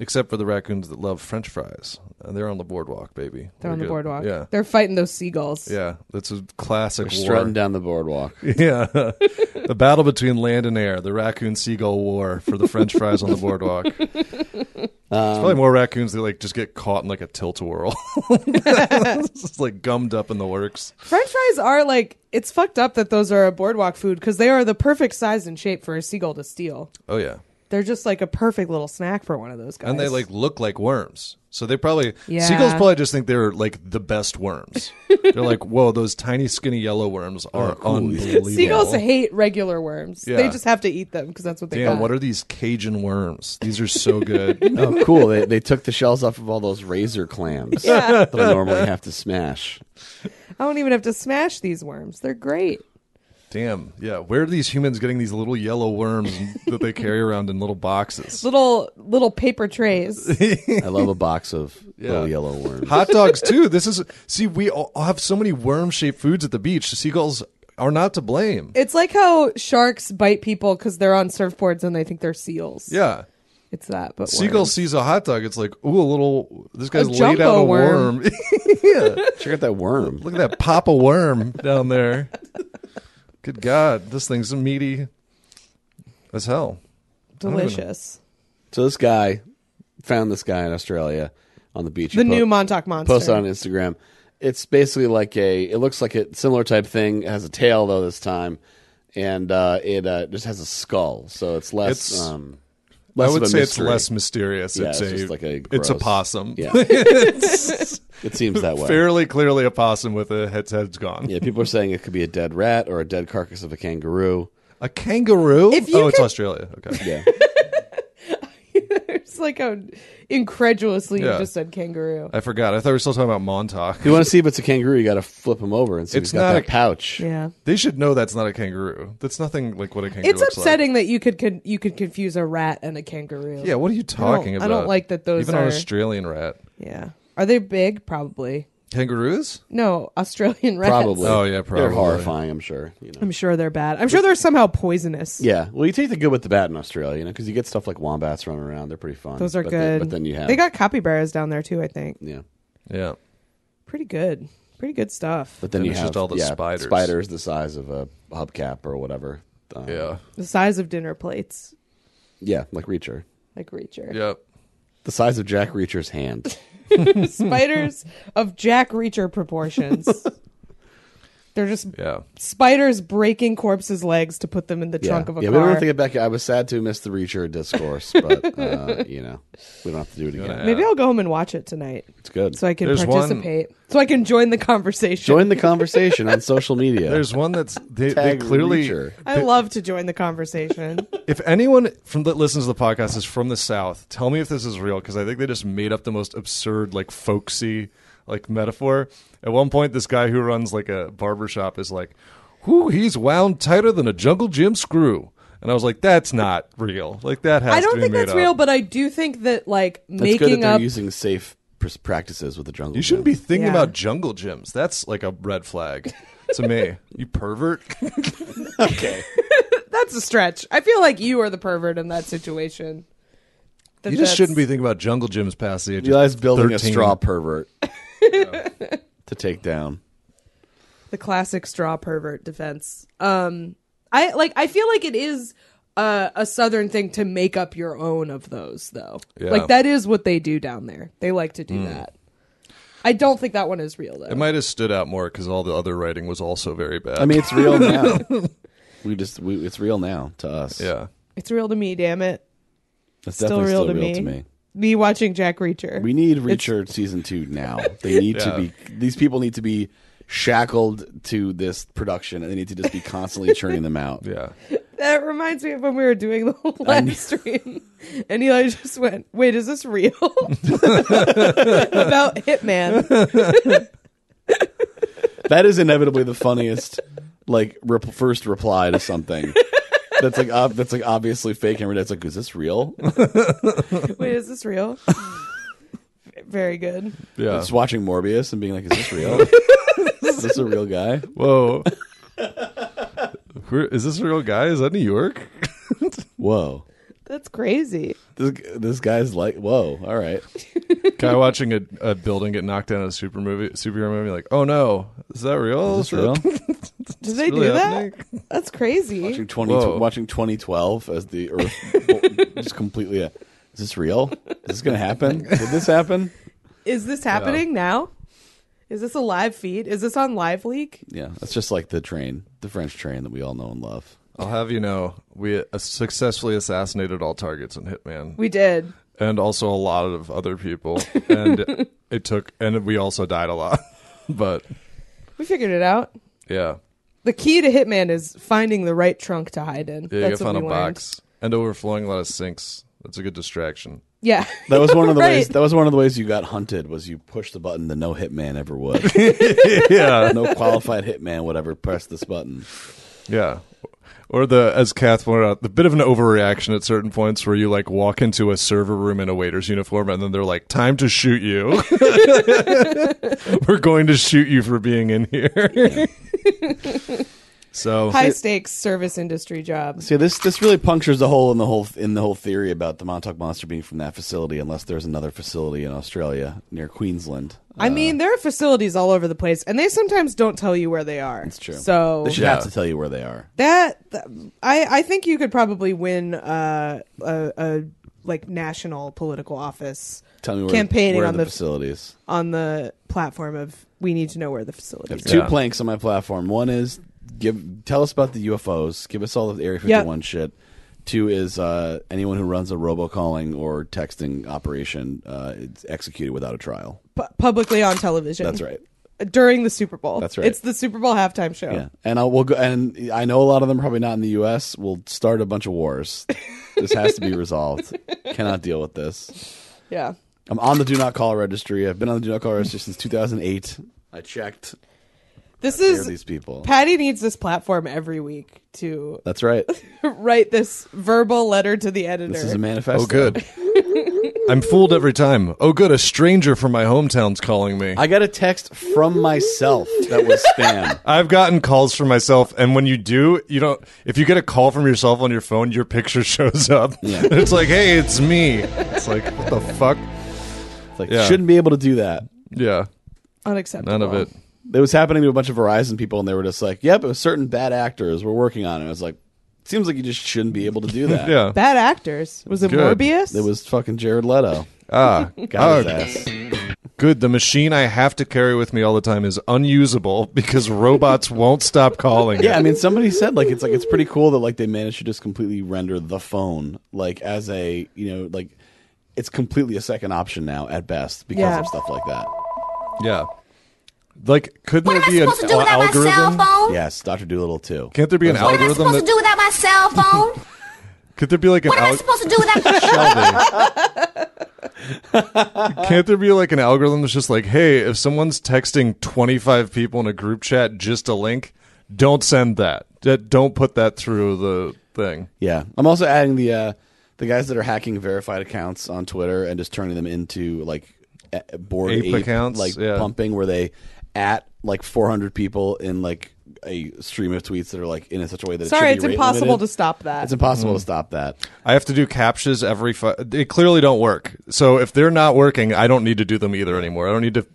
Except for the raccoons that love french fries. And they're on the boardwalk, baby. they're on the good. boardwalk. Yeah. They're fighting those seagulls. Yeah. That's a classic They're war. (laughs) strutting down the boardwalk. Yeah. the battle between land and air, the raccoon seagull war for the french fries on (laughs) the boardwalk. Um, It's probably more raccoons that like just get caught in like a tilt a whirl. (laughs) it's just, like gummed up in the works. French fries are like it's fucked up that those are a boardwalk food because they are the perfect size and shape for a seagull to steal. Oh yeah. They're just like a perfect little snack for one of those guys. And they like look like worms. So they probably Yeah. seagulls probably just think they're like the (laughs) best worms. they're like, whoa, those tiny skinny yellow worms are unbelievable. Oh, (laughs) seagulls hate regular worms. Yeah. They just have to eat them because that's what they Damn, got. what are these Cajun worms? These are (laughs) so good. oh, cool! They they took the shells off of all those razor clams that I (laughs) normally have to smash. (laughs) I don't even have to smash these worms. They're great. Damn. Yeah. Where are these humans getting these little yellow worms that they carry around in little boxes? Little little paper (laughs) trays. I love a box of little yellow worms. Hot dogs too. This is see, we all have so many worm-shaped foods at the beach. The seagulls are not to blame. it's like how sharks bite people because they're on surfboards and they think they're seals. yeah, It's that, but seagull worms. sees a hot dog. It's like, ooh, a little. This guy's A laid out jumbo a worm. worm. (laughs) Check out that worm. Look at that papa worm down there. Good God, this thing's meaty as hell. delicious. So this guy found this guy in Australia on the beach. He The po- new Montauk monster. posted on Instagram. It's basically like a. It looks like a similar type thing. It has a tail though this time, and uh, it uh, just has a skull. So it's less. It's- um, less I would of a say mystery. it's less mysterious. Yeah, it's, it's a, just like a it's a gross- possum. (laughs) Yeah. It's It seems (laughs) that way. fairly clearly a possum with a head's head's gone. Yeah, people are saying it could be a dead rat or a dead carcass of a kangaroo. A kangaroo? If you oh, it's could- Australia. Okay. (laughs) Yeah, (laughs) it's like how incredulously you Yeah. just said kangaroo. I forgot. I thought we were still talking about Montauk. if you want to see if it's a kangaroo, you got to flip him over and see It's if he's got not that a- pouch. yeah. They should know that's not a kangaroo. That's nothing like what a kangaroo It's looks upsetting that you could, could you could confuse a rat and a kangaroo. like. Yeah, what are you talking I don't about? like that those Even are- an Australian rat. Yeah. Are they big? Probably. Kangaroos? No, Australian rats. Probably. Oh, yeah, They're probably. horrifying. I'm sure. You know. I'm sure they're bad. I'm sure they're somehow poisonous. Yeah, well, you take the good with the bad in Australia, you know, because you get stuff like wombats running around. They're pretty fun. Those are but they- good. but then you have They got capybaras down there too, I think. yeah. Yeah. Pretty good. Pretty good stuff. But then Then you it's have just all the yeah, spiders. Spiders the size of a hubcap or whatever. Um, Yeah. The size of dinner plates, yeah, like Reacher, like (laughs) Reacher. Yep. the size of Jack (laughs) Reacher's hand. (laughs) Spiders of Jack Reacher proportions. They're just Yeah. spiders breaking corpses' legs to put them in the trunk of a yeah, we car. don't have to get back. I was sad to miss the Reacher (laughs) discourse, but uh, you know, we don't have to do it again. Maybe I'll go home and watch it tonight It's good. so I can There's one- participate. So I can join the conversation. Join the conversation on social media. There's (laughs) one that's they, they Tag clearly. Reacher. I love to join the conversation. If anyone from that listens to the podcast is from the South, tell me if this is real because I think they just made up the most absurd, like folksy, like metaphor. At one point, this guy who runs like a barber shop is like, "Whoo, he's wound tighter than a jungle gym screw," and I was like, "That's not real. Like that has." I to don't be think made that's up. real, but I do think that like That's good that making they're up using safe pr- practices with the jungle. You shouldn't be thinking Yeah. about jungle gyms. That's like a red flag (laughs) to me. You pervert. that's a stretch. I feel like you are the pervert in that situation. That You just that's- shouldn't be thinking about jungle gyms past the age. You guys of building 13. a straw pervert to take down. the classic straw pervert defense. Um, I like. I feel like it is uh, a southern thing to make up your own of those, though. Yeah. Hmm. Like that is what they do down there. They like to do that. I don't think that one is real though. It might have stood out more because all the other writing was also very bad. I mean, it's real now. we just we, it's real now to us. yeah. it's real to me. Damn it. it's still definitely real still to real to me. me. Me watching Jack Reacher. We need Reacher season two now. They need to Yeah. be. These people need to be shackled to this production, and they need to just be constantly (laughs) churning them out. (laughs) Yeah. that reminds me of when we were doing the whole live stream, (laughs) and Eli just went, "Wait, is this real?" (laughs) About Hitman. That is inevitably the funniest, like rep- first reply to something. (laughs) That's like ob- that's like obviously fake, and it's like, is this real? Wait, is this real? (laughs) Very good. Yeah. Just watching Morbius and being like, is this (laughs) real? is this a real guy? (laughs) Whoa. Where, is this a real guy? Is that New York? Whoa, That's crazy. this this guy's like, whoa, all right. guy watching a, a building get knocked down in a super movie, superhero movie, like, oh no, is that real? Is this real? Do they really do that? happening? That's crazy. Watching (laughs) twenty, Whoa. watching twenty twelve as the (laughs) Earth just completely. uh is this real? Is this gonna happen? Did this happen? Is this happening now? Is this a live feed? Is this on Live Leak? Yeah, that's just like the train, the French train that we all know and love. (laughs) I'll have you know, we uh, successfully assassinated all targets in Hitman, We did. and also a lot of (laughs) other people, and it took, and we also died a lot, (laughs) but We figured it out. yeah, The key to Hitman is finding the right trunk to hide in. yeah, you That's what found a we learned. box and overflowing a lot of sinks. That's a good distraction. Yeah. That was one of the Right. (laughs) ways. That was one of the ways you got hunted was you push the button that no hitman ever (laughs) would. yeah, no qualified hitman would ever press this button. Yeah. Or the as Kath pointed out, the bit of an overreaction at certain points where you like walk into a server room in a waiter's uniform and then they're like, Time to shoot you. (laughs) We're going to shoot you for being in here. (laughs) so High stakes service industry jobs. See, this this really punctures the hole in the whole in the whole theory about the Montauk Monster being from that facility, unless there's another facility in Australia near Queensland. I Uh, mean, there are facilities all over the place, and they sometimes don't tell you where they are. That's true. So They should Yeah. have to tell you where they are. that th- I I think you could probably win uh, a, a like national political office Tell me where, Campaigning where on the, the- facilities. on the platform of we need to know where the I have facilities. two Yeah. planks on my platform. One is give tell us about the UFOs. Give us all of the Area 51 shit. Two is uh, anyone who runs a robocalling or texting operation uh, is executed without a trial. Pu- publicly on television. That's right. (laughs) During the Super Bowl. That's right. It's the Super Bowl halftime show. Yeah, and I will go. And I know a lot of them probably not in the U.S. Will start a bunch of (laughs) wars. this has to be resolved. Cannot deal with this. Yeah. I'm on the do not call registry. I've been on the do not call registry since 2008. I checked. This Here are is these people. Patty needs this platform every week to (laughs) That's right. write this verbal letter to the editor. This is a manifesto. Oh good. I'm fooled every time. Oh good, a stranger from my hometown's calling me. I got a text from myself that was spam. I've gotten calls from myself, and when you do, you don't. If you get a call from yourself on your phone, your picture (laughs) shows up. it's like, hey, it's me. It's like, what the fuck? (laughs) It's like Yeah. shouldn't be able to do that. Yeah, Unacceptable. none of it. It was happening to a bunch of Verizon people, and they were just like, "Yep, it was certain bad actors. We're working on it." I was like, "Seems like you just shouldn't be able to do that." (laughs) Yeah. Bad actors. Was it Good. Morbius? it was fucking Jared Leto. Ah. (laughs) Got Oh. his ass. Good. The machine I have to carry with me all the time is unusable (laughs) because robots won't stop calling. it. Yeah, I mean, somebody said like it's like it's pretty cool that like they managed to just completely render the phone like as a you know like it's completely a second option now at best because Yeah. of stuff like that. Yeah. Like, couldn't What am there I be an supposed to do without my cell algorithm? phone? Yes, Doctor Doolittle too. Can't there be an What am I algorithm supposed to that? do without my cell phone? Could there be like an What am I algorithm? supposed to do without my Shelby. Can't there be like an algorithm that's just like, hey, if someone's texting 25 people in a group chat just a link, don't send that. That- Don't put that through the thing. Yeah, I'm also adding the uh, the guys that are hacking verified accounts on Twitter and just turning them into like a- board Ape ape, accounts, like yeah. pumping where they at like 400 people in like a stream of tweets that are like in such a way that it Sorry, should it's be rate impossible limited. to stop that. It's impossible Mm. to stop that. I have to do captures every. Fi- they clearly don't work. So if they're not working, I don't need to do them either anymore. I don't need to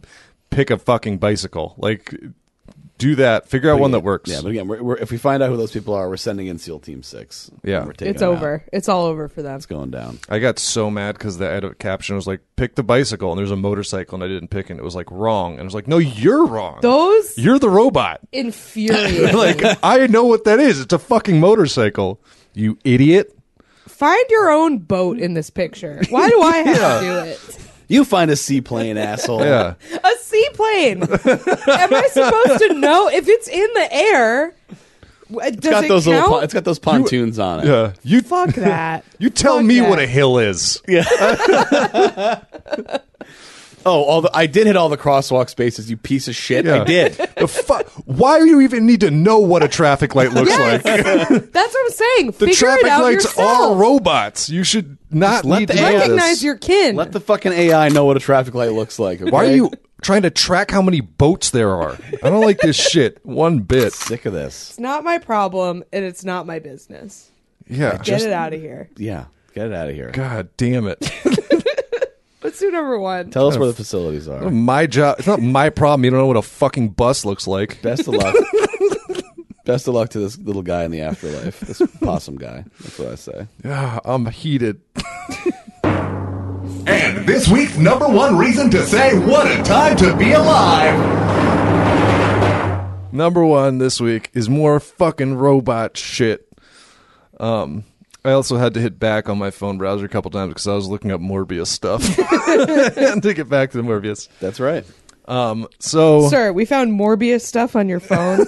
pick a fucking bicycle. Like, do that. Figure out one that works. Yeah, but again, we're, we're, if we find out who those people are, we're sending in SEAL Team Six. Yeah. And we're taking it's them out. over. It's all over for them. It's going down. I got so mad because the edit caption was like, "Pick the bicycle," and there's a motorcycle, and I didn't pick, and it was like wrong, and I was like, "No, you're wrong. Those (laughs) You're (laughs) the robot. infuriate. Like I know what that is. It's a fucking motorcycle. You idiot. Find your own boat in this picture. Why do I have to do it? You find a seaplane, asshole. Yeah, A seaplane. Am I supposed to know if it's in the air? w- Does It's got it those count? little. pon- It's got those pontoons on it. yeah. (laughs) You Fuck that. you tell Fuck me that. what a hill is. Oh, all the, I did hit all the crosswalk spaces. You piece of shit. Yeah. I did. (laughs) The fu- Why do you even need to know what a traffic light looks like? That's what I'm saying. The Figure traffic it out lights yourself. are robots. You should not Just let need the to know AI- this. Recognize your kin. Let the fucking AI know what a traffic light looks like. Why okay? (laughs) are you trying to track how many boats there are? I don't like this shit one bit. sick of this? it's not my problem, and it's not my business. Yeah. Get it out of here. Yeah, get it out of here. God damn it. Let's do number one. Tell us where the facilities are. My job. It's not my problem. You don't know what a fucking bus looks like. Best of (laughs) luck. Best of luck to this little guy in the afterlife. This possum guy. That's what I say. Ah, I'm heated. And this week's number one reason to say what a time to be alive. Number one this week is more fucking robot shit. Um, I also had to hit back on my phone browser a couple times because I was looking up Morbius stuff (laughs) and to get back to the Morbius. That's right. Um, so Sir, we found Morbius stuff on your (laughs) phone.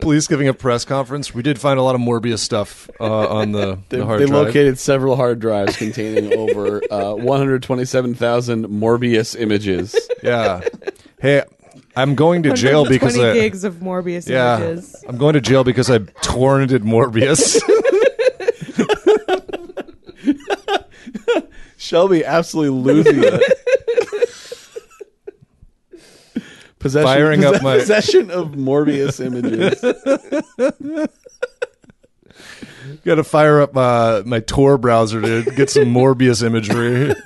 police giving a press conference. We did find a lot of Morbius stuff uh, on the, (laughs) They, the hard they drive. located several hard drives containing over uh, 127,000 Morbius images. Yeah. Hey, I'm going to jail because 120 I, gigs of Morbius yeah, images. I'm going to jail because I (laughs) torrented Morbius. (laughs) Shelby absolutely losing it. Possession, Firing up possess- my- possession of Morbius images. (laughs) Got to fire up uh, my Tor browser to get some Morbius imagery. (laughs)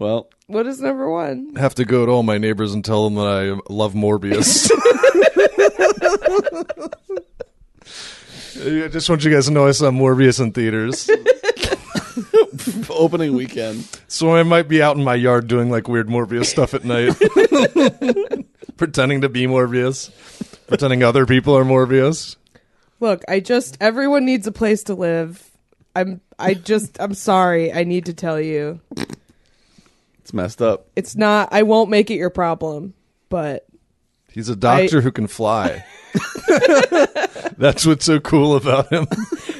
Well, What is number one? Have to go to all my neighbors and tell them that I love Morbius. (laughs) (laughs) I just want you guys to know I saw Morbius in theaters, opening weekend. so I might be out in my yard doing like weird Morbius stuff at night, (laughs) pretending to be Morbius, pretending other people are Morbius. Look, I just everyone needs a place to live. I'm I just I'm sorry. I need to tell you. It's messed up. It's not I won't make it your problem, but He's a doctor who can fly. That's what's so cool about him.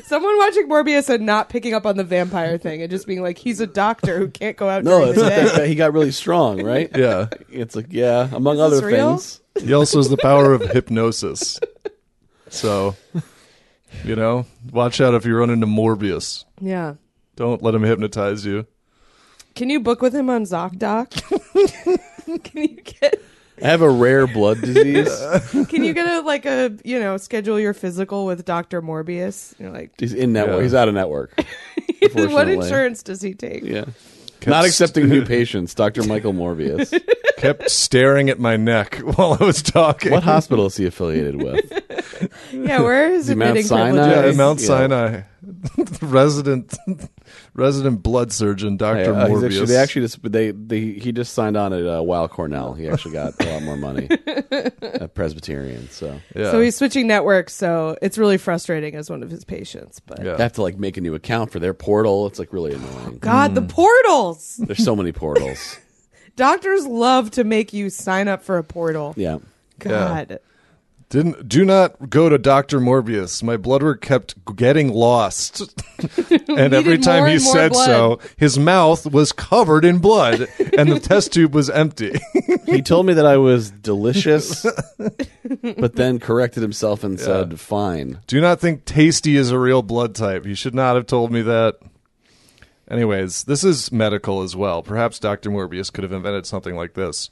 someone watching Morbius and not picking up on the vampire thing and just being like he's a doctor who can't go out No, during it's the day. that he got really strong, (laughs) right? Yeah. It's like, yeah, among Is this other real? things. He also has the power of hypnosis. So, you know, watch out if you run into Morbius. Yeah. Don't let him hypnotize you. Can you book with him on ZocDoc? (laughs) can you get I have a rare blood (laughs) disease. can you get a like a you know schedule your physical with Doctor Morbius? You're like He's in network. Yeah. He's out of network. (laughs) what Unfortunately. insurance does he take? Yeah. Not accepting (laughs) new patients, Dr. Michael Morbius. Kept staring at my neck (laughs) while I was (laughs) talking. What (laughs) hospital is he affiliated with? Yeah, where is it Mount admitting Sinai? privileges? Yeah, at Mount Yeah. Sinai. (laughs) resident resident blood surgeon, Doctor Yeah, uh, he's Morbius. actually- they actually just they, they he just signed on at uh, Weill Cornell. He actually got a lot more money (laughs) at Presbyterian. So yeah. So he's switching networks, so it's really frustrating as one of his patients. But Yeah. they have to like make a new account for their portal. It's like really annoying. God, the portals! There's so many (laughs) portals. Doctors love to make you sign up for a portal. Yeah. God. Didn't do not go to Doctor Morbius. My blood work kept g- getting (laughs) lost, (laughs) and every Needed time more he and more said blood. so, his mouth was covered (laughs) in blood, and the test tube was empty. (laughs) He told me that I was (laughs) delicious, but then corrected himself and said, "Fine." do not think Tasty is a real blood type. You should not have told me that. Anyways, this is medical as well. Perhaps Doctor Morbius could have invented something like this.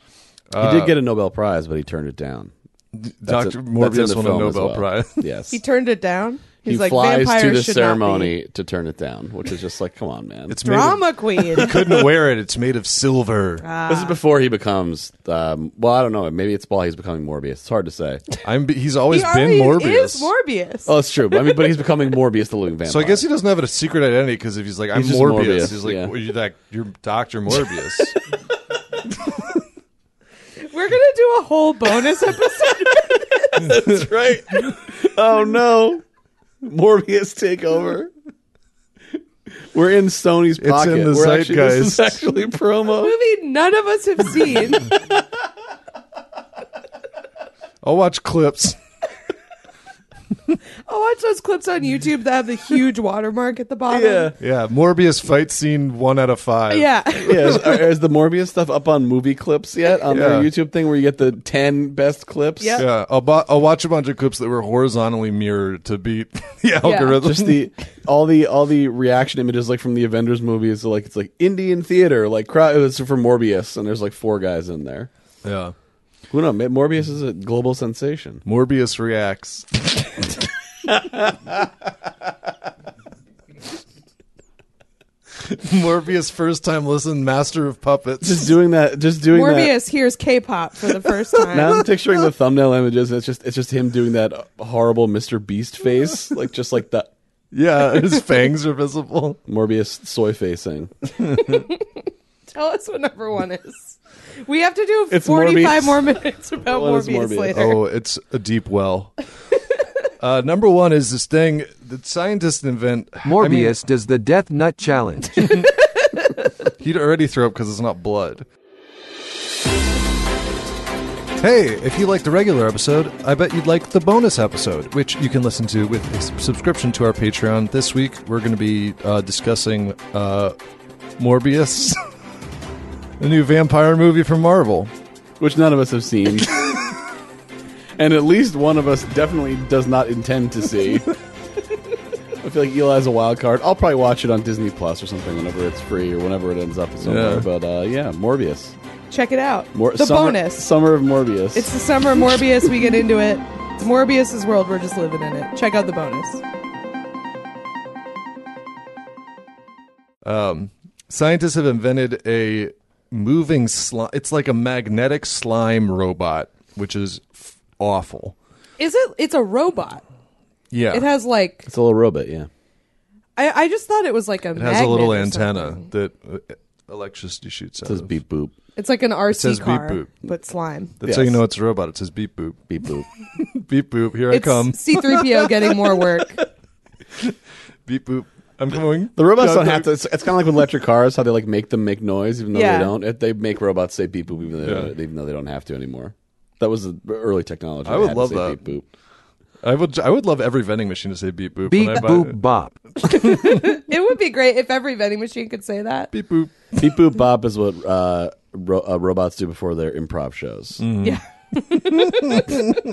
He did get a Nobel Prize, but he turned it down. That's Uh, Doctor it- that's Morbius in the won a film as Nobel well. Prize. (laughs) Yes. He turned it down. He's he like, flies to vampires the should ceremony to turn it down, which is just like, come on, man. It's Not (laughs) be. Drama Ah. queen. (laughs) couldn't wear it. It's made of silver. this is before he becomes. Um, well, I don't know. Maybe it's while he's becoming Morbius. It's hard to say. I'm. He's always he been already Morbius. is Morbius. Oh, it's true. I mean, but he's becoming Morbius, the living vampire. So I guess he doesn't have a secret identity because if he's like I'm He's just Morbius, Morbius, he's like yeah. well, you're that you're (laughs) Doctor Morbius. We're gonna do a whole bonus episode. (laughs) that's right. oh no, Morbius takeover. We're in Sony's pocket. in the We're actually, this is zeitgeist. actually (laughs) promo. movie none of us have seen. I'll watch clips. I'll watch those clips on YouTube that have the huge watermark at the bottom. Yeah, Yeah, Morbius fight scene one out of five. Yeah. yeah. (laughs) Is, are- is the Morbius stuff up on movie clips yet on their Yeah. YouTube thing where you get the ten best clips? Yep. yeah. I'll, bu- I'll watch a bunch of clips that were horizontally mirrored to beat (laughs) the algorithm. just the all the all the reaction images like from the Avengers movies so like it's like Indian theater like crowd it was for Morbius and there's like four guys in there. yeah. Who knows? Morbius is a global sensation. Morbius reacts. Morbius first time listen, master of puppets. Just doing that. Just doing that. Morbius hears K-pop for the first time. Now I'm picturing the thumbnail images. And it's just it's just him doing that horrible Mr. Beast face, like just like the yeah, (laughs) his fangs are visible. Oh, Morbius soy facing. (laughs) Tell us what number one is. We have to do It's 45 Morbius. more minutes about What is Morbius, Morbius? later. Oh, it's a deep well. Uh, number one is this thing that scientists invent. I mean, Morbius does the death (laughs) nut challenge. he'd already throw up because it's not blood. Hey, if you liked the regular episode, I bet you'd like the bonus episode, which you can listen to with a s- subscription to our Patreon. This week, we're going to be uh, discussing uh, Morbius, (laughs) the new vampire movie from Marvel. which none of us have (laughs) seen. and at least one of us definitely does not intend to (laughs) see. I feel like Eli's a wild card. I'll probably watch it on Disney Plus or something whenever it's free or whenever it ends up somewhere. Yeah. But uh, yeah, Morbius. Check it out. Mor- the summer, bonus. Summer of Morbius. it's the summer of Morbius. We get into it. It's Morbius's world. We're just living in it. Check out the bonus. um, scientists have invented a moving slime. It's like a magnetic slime robot, which is f- awful. Is it? It's a robot. Yeah, It has like It's a little robot, yeah. I, I just thought it was like a. It has a little magnet or antenna something. that uh, electricity shoots out. It says of. beep boop. It's like an RC says beep car, boop. but slime. That's how you Yes. know it's a robot. It says beep boop, Beep boop. beep boop. Here I It's come, C3PO getting more work. beep boop. I'm coming. The robots No, don't no. have to. It's, it's kind of like with electric cars, how they like make them make noise, even though Yeah. they don't. If they make robots say beep boop, even though, Yeah. they don't even though they don't have to anymore. That was the early technology. I They would had to love say that. Beep boop. I would. I would love every vending machine to say beep boop. Beep when I buy boop it. bop. It would be great if every vending machine could say that. beep boop. Beep boop bop is what uh, ro- uh, robots do before their improv shows. Mm-hmm.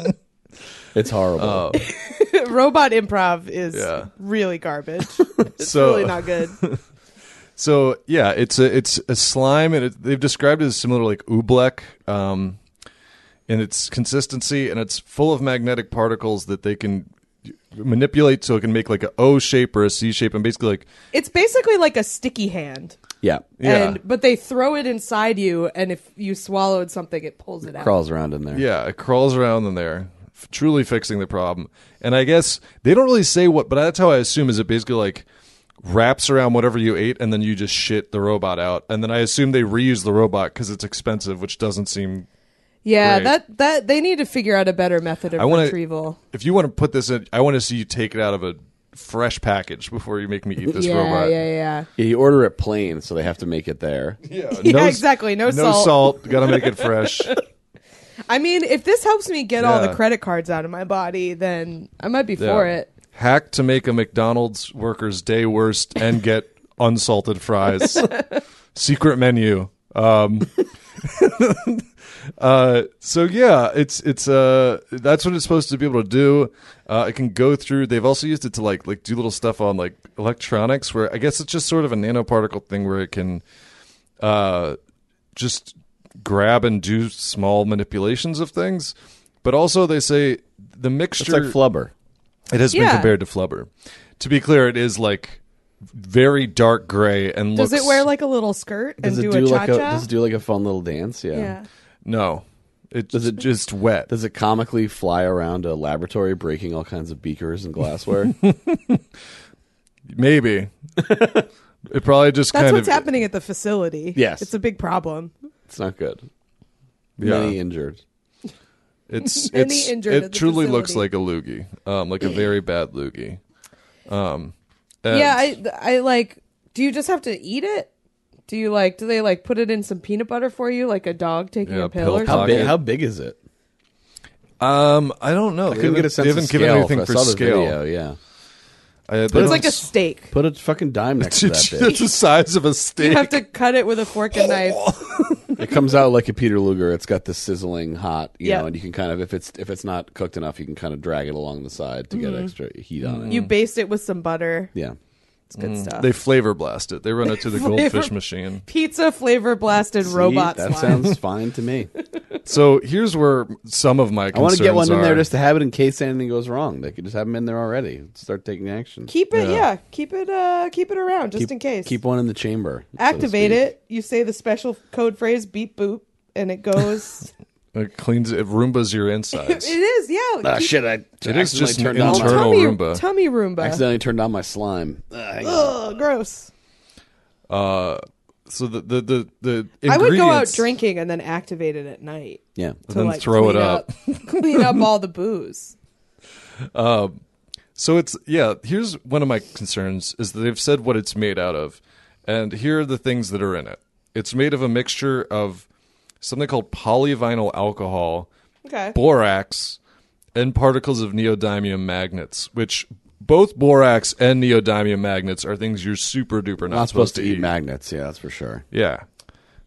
Yeah. (laughs) It's horrible. (laughs) Oh. Robot improv is Yeah. Oh. really (laughs) garbage. It's So- really not (laughs) good. So yeah, it's a it's a slime, and it, they've described it as similar to like oobleck, um, in its consistency, and it's full of magnetic particles that they can manipulate, so it can make like a O shape or a C shape, and basically like It's basically like a sticky hand. yeah, yeah, And but they throw it inside you and if you swallowed something it pulls it out. crawls around in there. yeah, it crawls around in there. f- truly fixing the problem. And I guess they don't really say what, but that's how I assume is it basically like wraps around whatever you ate and then you just shit the robot out. And then I assume they reuse the robot because it's expensive, which doesn't seem Yeah, Right. that that they need to figure out a better method of I wanna- retrieval. If you want to put this in, I want to see you take it out of a fresh package before you make me eat this yeah, robot. yeah, yeah, Yeah, you order it plain, so they have to make it there. (laughs) yeah. No s- exactly. No, No salt. salt. Gotta make (laughs) it fresh. I mean, if this helps me get all the Yeah. credit cards out of my body, then I might be Yeah. for it. Hack to make a McDonald's worker's day worst and get (laughs) unsalted fries. Secret menu. Um, (laughs) uh, so yeah, it's it's uh that's what it's supposed to be able to do. Uh, it can go through. They've also used it to like like do little stuff on like electronics, where I guess it's just sort of a nanoparticle thing where it can uh, just grab and do small manipulations of things. But also, they say the It's mixture like flubber. it has Yeah. been compared to Flubber. To be clear, it is like very dark gray and Does looks. it wear like a little skirt and Does it do, do, a cha like a cha? does it do like a fun little dance? Yeah. yeah. no? It Does does it- it just wet? Does it comically fly around a laboratory, breaking all kinds of beakers and glassware? (laughs) (laughs) Maybe. it probably just That's kind what's of happening at the facility. Yes. It's a big problem. it's not good. Yeah. Many injured. It's Many it's injured it at the truly looks like facility. a loogie, (clears throat) um, like a very bad loogie. Um, and- yeah, I I like do you just have to eat it? Do you like do they like put it in some peanut butter for you like a dog taking Yeah, a pill, pill or pop. something? How Pocket. big, how big is it? um, I don't know. I couldn't they get a sense haven't- of They haven't given scale. anything I for saw the scale. video, yeah. I- they It was don't like a s- (laughs) steak. Put a fucking dime next (laughs) to that bitch. It's the size of a steak. You have to cut it with a fork and knife. It comes out like a Peter Luger. It's got this sizzling hot, you Yeah. know, and you can kind of if it's if it's not cooked enough, you can kind of drag it along the side to get extra heat on it. Mm-hmm. You baste it with some butter. yeah. It's good stuff. They flavor blast it. They run it to (laughs) the Flavor- goldfish machine. Pizza flavor blasted robot See, that slime. sounds fine to (laughs) me. So here's where some of my I want to get one concerns in there are. just to have it in case anything goes wrong. They could just have them in there already. Start taking action. Keep it, yeah. Yeah. Keep it, uh, keep it around just Keep- in case. Keep one in the chamber. so to Activate speak. it. You say the special code phrase "beep boop" and it goes. It cleans it. Roomba's (laughs) your it insides. is, yeah. Ah, keep- shit! I It is just turned an on my, internal- tummy Roomba. Tummy Roomba. accidentally turned on my slime. Ah, hang on. Ugh, gross. uh, so the the the, the I would go out ingredients- drinking and then activate it at night Yeah. to then like throw it clean clean up (laughs) all the booze. So it's yeah. Here's one of my concerns is that they've said what it's made out of, and here are the things that are in it. It's made of a mixture of something called polyvinyl alcohol, Okay. borax, and particles of neodymium magnets, which both borax and neodymium magnets are things you're super duper not, Not, supposed to eat eat. magnets. Yeah, that's for sure. Yeah,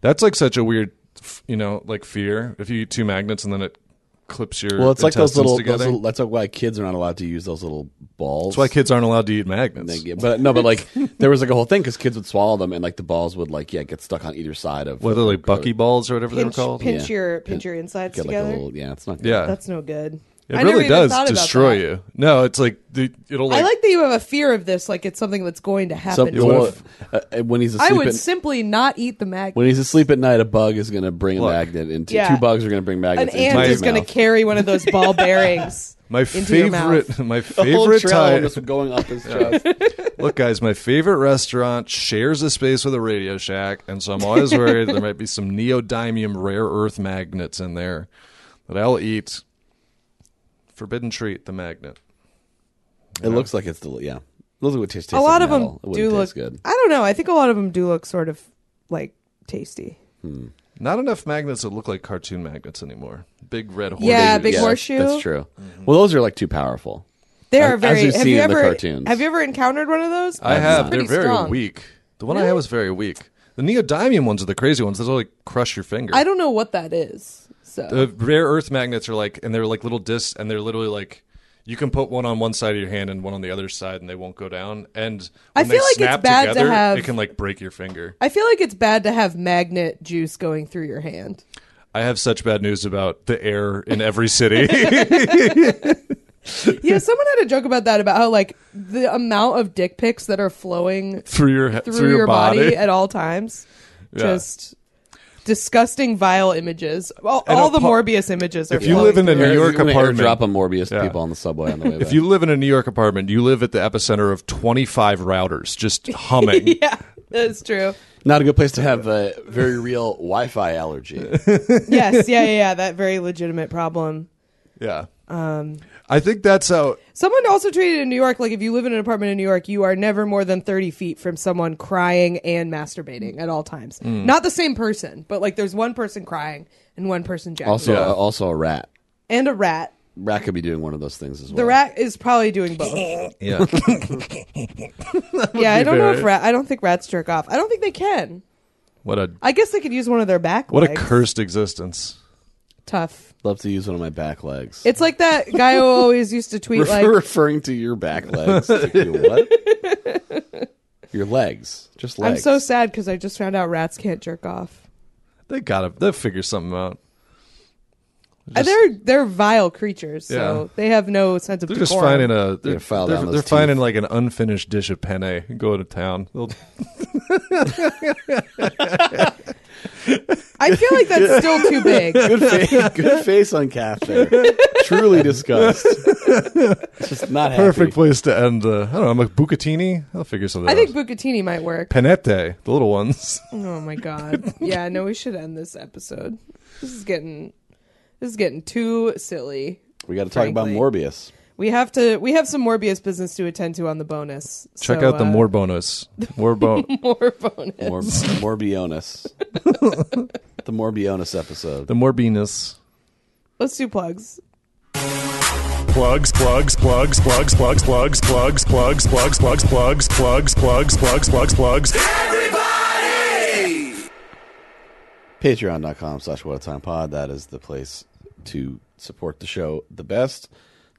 that's like such a weird, f- you know, like fear. If you eat two magnets and then it clips your Well, it's like those intestines little, those together. little. That's why kids are not allowed to use those little balls. that's why kids aren't allowed to eat magnets. They get- but no, but like there was like a whole thing because kids would swallow them and like the balls would like yeah get stuck on either side of Whether like bucky balls or whatever Pinch, they're called. pinch Yeah. your pinch your insides get like together. a little yeah it's not good. yeah, That's no good. it I never really even does thought about destroy that. you. No, it's like the, it'll like, I like that you have a fear of this, like it's something that's going to So happen. to well, you. uh, uh, when he's asleep I would at, simply not eat the magnet. when he's asleep at night a bug is gonna bring Look. a magnet into Yeah. two bugs are gonna bring An magnets into ant my is his going to mouth. carry one of those ball bearings. my into your mouth. favorite. (laughs) (laughs) My the whole favorite trail of time. this going up his chest. (laughs) Look, guys, my favorite restaurant shares a space with a Radio Shack, and so (laughs) I'm always worried there might be some neodymium rare earth magnets in there that I'll eat. Forbidden treat, the magnet. It looks like it's deli- yeah. Those are what tastes. a tastes lot like of them metal. It do wouldn't look taste good. I don't know. I think a lot of them do look sort of like tasty. Not enough magnets that look like cartoon magnets anymore. Big red horseshoe. Yeah, big that's- horseshoe. That's true. Mm-hmm. Well, those are like too powerful. They As- are as very. you've have seen you in the ever cartoons. have you ever encountered one of those? I have. They're Pretty very strong. weak. The one I had was very weak. The neodymium ones are the crazy ones. Those like crush your finger. I don't know what that is. So the rare earth magnets are like, and they're like little discs, and they're literally like, you can put one on one side of your hand and one on the other side, and they won't go down. And I when they feel like it's snap bad to together, have- it can like break your finger. I feel like it's bad to have magnet juice going through your hand. I have such bad news about the air in (laughs) every city. (laughs) Yeah, someone had a joke about that about how like the amount of dick pics that are flowing through your he- through, your body. body. at all times. Yeah. Just disgusting, vile images. All, And all a the po- Morbius images are. If you live flowing in a through New us. York apartment. Drop a Morbius to Yeah. people on the subway on the way. If back. you live in a New York apartment, you live at the epicenter of 25 routers just humming. (laughs) (laughs) yeah, that's true. not a good place to have a very real Wi-Fi allergy. Yes, yeah, yeah, yeah, that very legitimate problem. Yeah. Um, I think that's how. Someone also tweeted in New York, like if you live in an apartment in New York, you are never more than thirty feet from someone crying and masturbating at all times. Not the same person, but like there's one person crying and one person jacking Also, uh, Yeah. also a rat. and a rat. Rat could be doing one of those things as well. The rat is probably doing both. Yeah. yeah, I don't know if right. rat. I don't think rats jerk off. I don't think they can. what a I guess they could use one of their back. what a legs. cursed existence. Tough. love to use one of my back legs. (laughs) It's like that guy who always used to tweet Refer- like, referring to your back (laughs) legs. You what? Your legs, just "I'm legs. (laughs) so sad because I just found out rats can't jerk off." They gotta they figure something out. Uh, they're they're vile creatures, so Yeah. they have no sense of. They're just decorum. finding a they're, They file they're, down those they're finding like an unfinished dish of penne and go to town. They'll- I feel like (laughs) that's still too big. good face. Good face on Kath there. Truly (laughs) disgust. just not happy. (laughs) perfect place to end the I don't know, I'm like bucatini. I'll figure something I out. think bucatini might work. Panette, the (laughs) little ones. Oh my god! Yeah, no, we should end this episode. This is getting this is getting too silly. We got to talk about Frankly. Morbius. We have to. We have some Morbius business to attend to on the bonus. Check so, out the uh, (laughs) more bonus. More bo- more bonus. (laughs) Mor- Morbionis. the Morbionis episode. the more beanus. Let's do plugs. plugs, plugs, plugs, plugs, plugs, plugs, plugs, plugs, plugs, plugs, plugs, plugs, plugs, plugs, plugs, plugs. Patreon.com slash what a time pod. That is the place to support the show the best.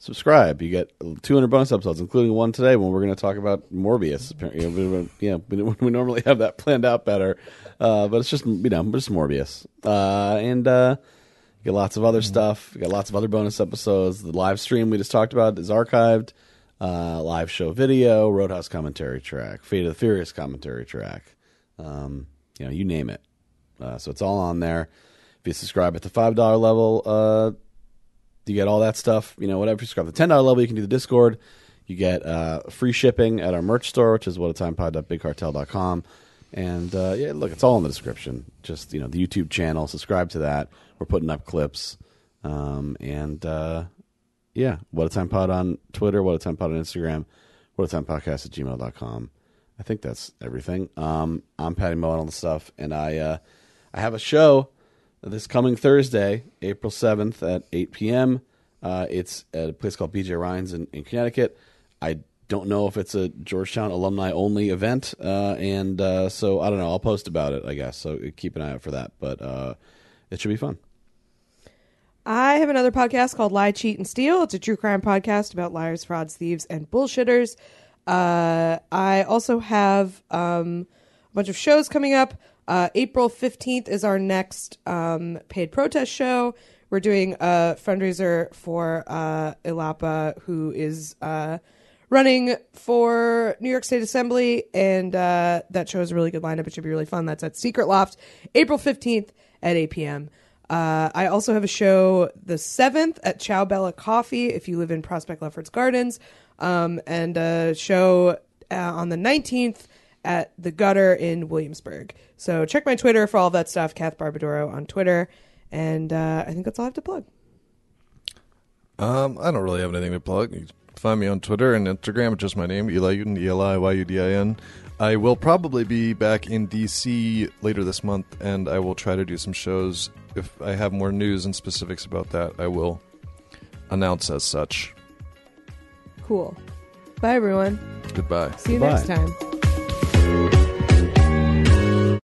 Subscribe. You get 200 bonus episodes, including one today when we're going to talk about Morbius. Apparently, you know, we- yeah, we, (laughs) we normally have that planned out better, uh, but it's just you know just Morbius. Uh, and uh, you get lots of other stuff. You got lots of other bonus episodes. The live stream we just talked about is archived. Uh, live show video, Roadhouse commentary track, Fate of the Furious commentary track. Um, you know, you name it. Uh, so it's all on there. If you subscribe at the five dollar level, uh, you get all that stuff. You know, whatever. If you subscribe at the ten dollar level, you can do the Discord. You get uh, free shipping at our merch store, which is whatatimepod.bigcartel.com. And uh, yeah, look, it's all in the description. Just you know, the YouTube channel. Subscribe to that. We're putting up clips. Um, and uh, yeah, what a time pod on Twitter, what a time pod on Instagram, what a time podcast at gmail.com. I think that's everything. Um, I'm Patty Moe on all the stuff, and I uh, I have a show this coming Thursday, April 7th at 8 p.m. Uh, it's at a place called BJ Ryan's in, in Connecticut. I don't know if it's a Georgetown alumni only event, uh, and uh, so I don't know. I'll post about it, I guess. So keep an eye out for that, but uh, it should be fun. I have another podcast called Lie, Cheat, and Steal. It's a true crime podcast about liars, frauds, thieves, and bullshitters. Uh, I also have um, a bunch of shows coming up. Uh, April 15th is our next um, paid protest show. We're doing a fundraiser for uh, Ilapa, who is uh, running for New York State Assembly. And uh, that show is a really good lineup. It should be really fun. That's at Secret Loft, April 15th at 8 p.m. Uh, I also have a show the 7th at Chow Bella Coffee if you live in Prospect Lefferts Gardens, um, and a show uh, on the 19th at The Gutter in Williamsburg. So check my Twitter for all of that stuff, Kath Barbadoro on Twitter. And uh, I think that's all I have to plug. Um, I don't really have anything to plug. You can find me on Twitter and Instagram. It's just my name, Eli Uden, E L I Y U D I N. I will probably be back in DC later this month, and I will try to do some shows. If I have more news and specifics about that, I will announce as such. Cool. Bye, everyone. Goodbye. See you Goodbye. next time.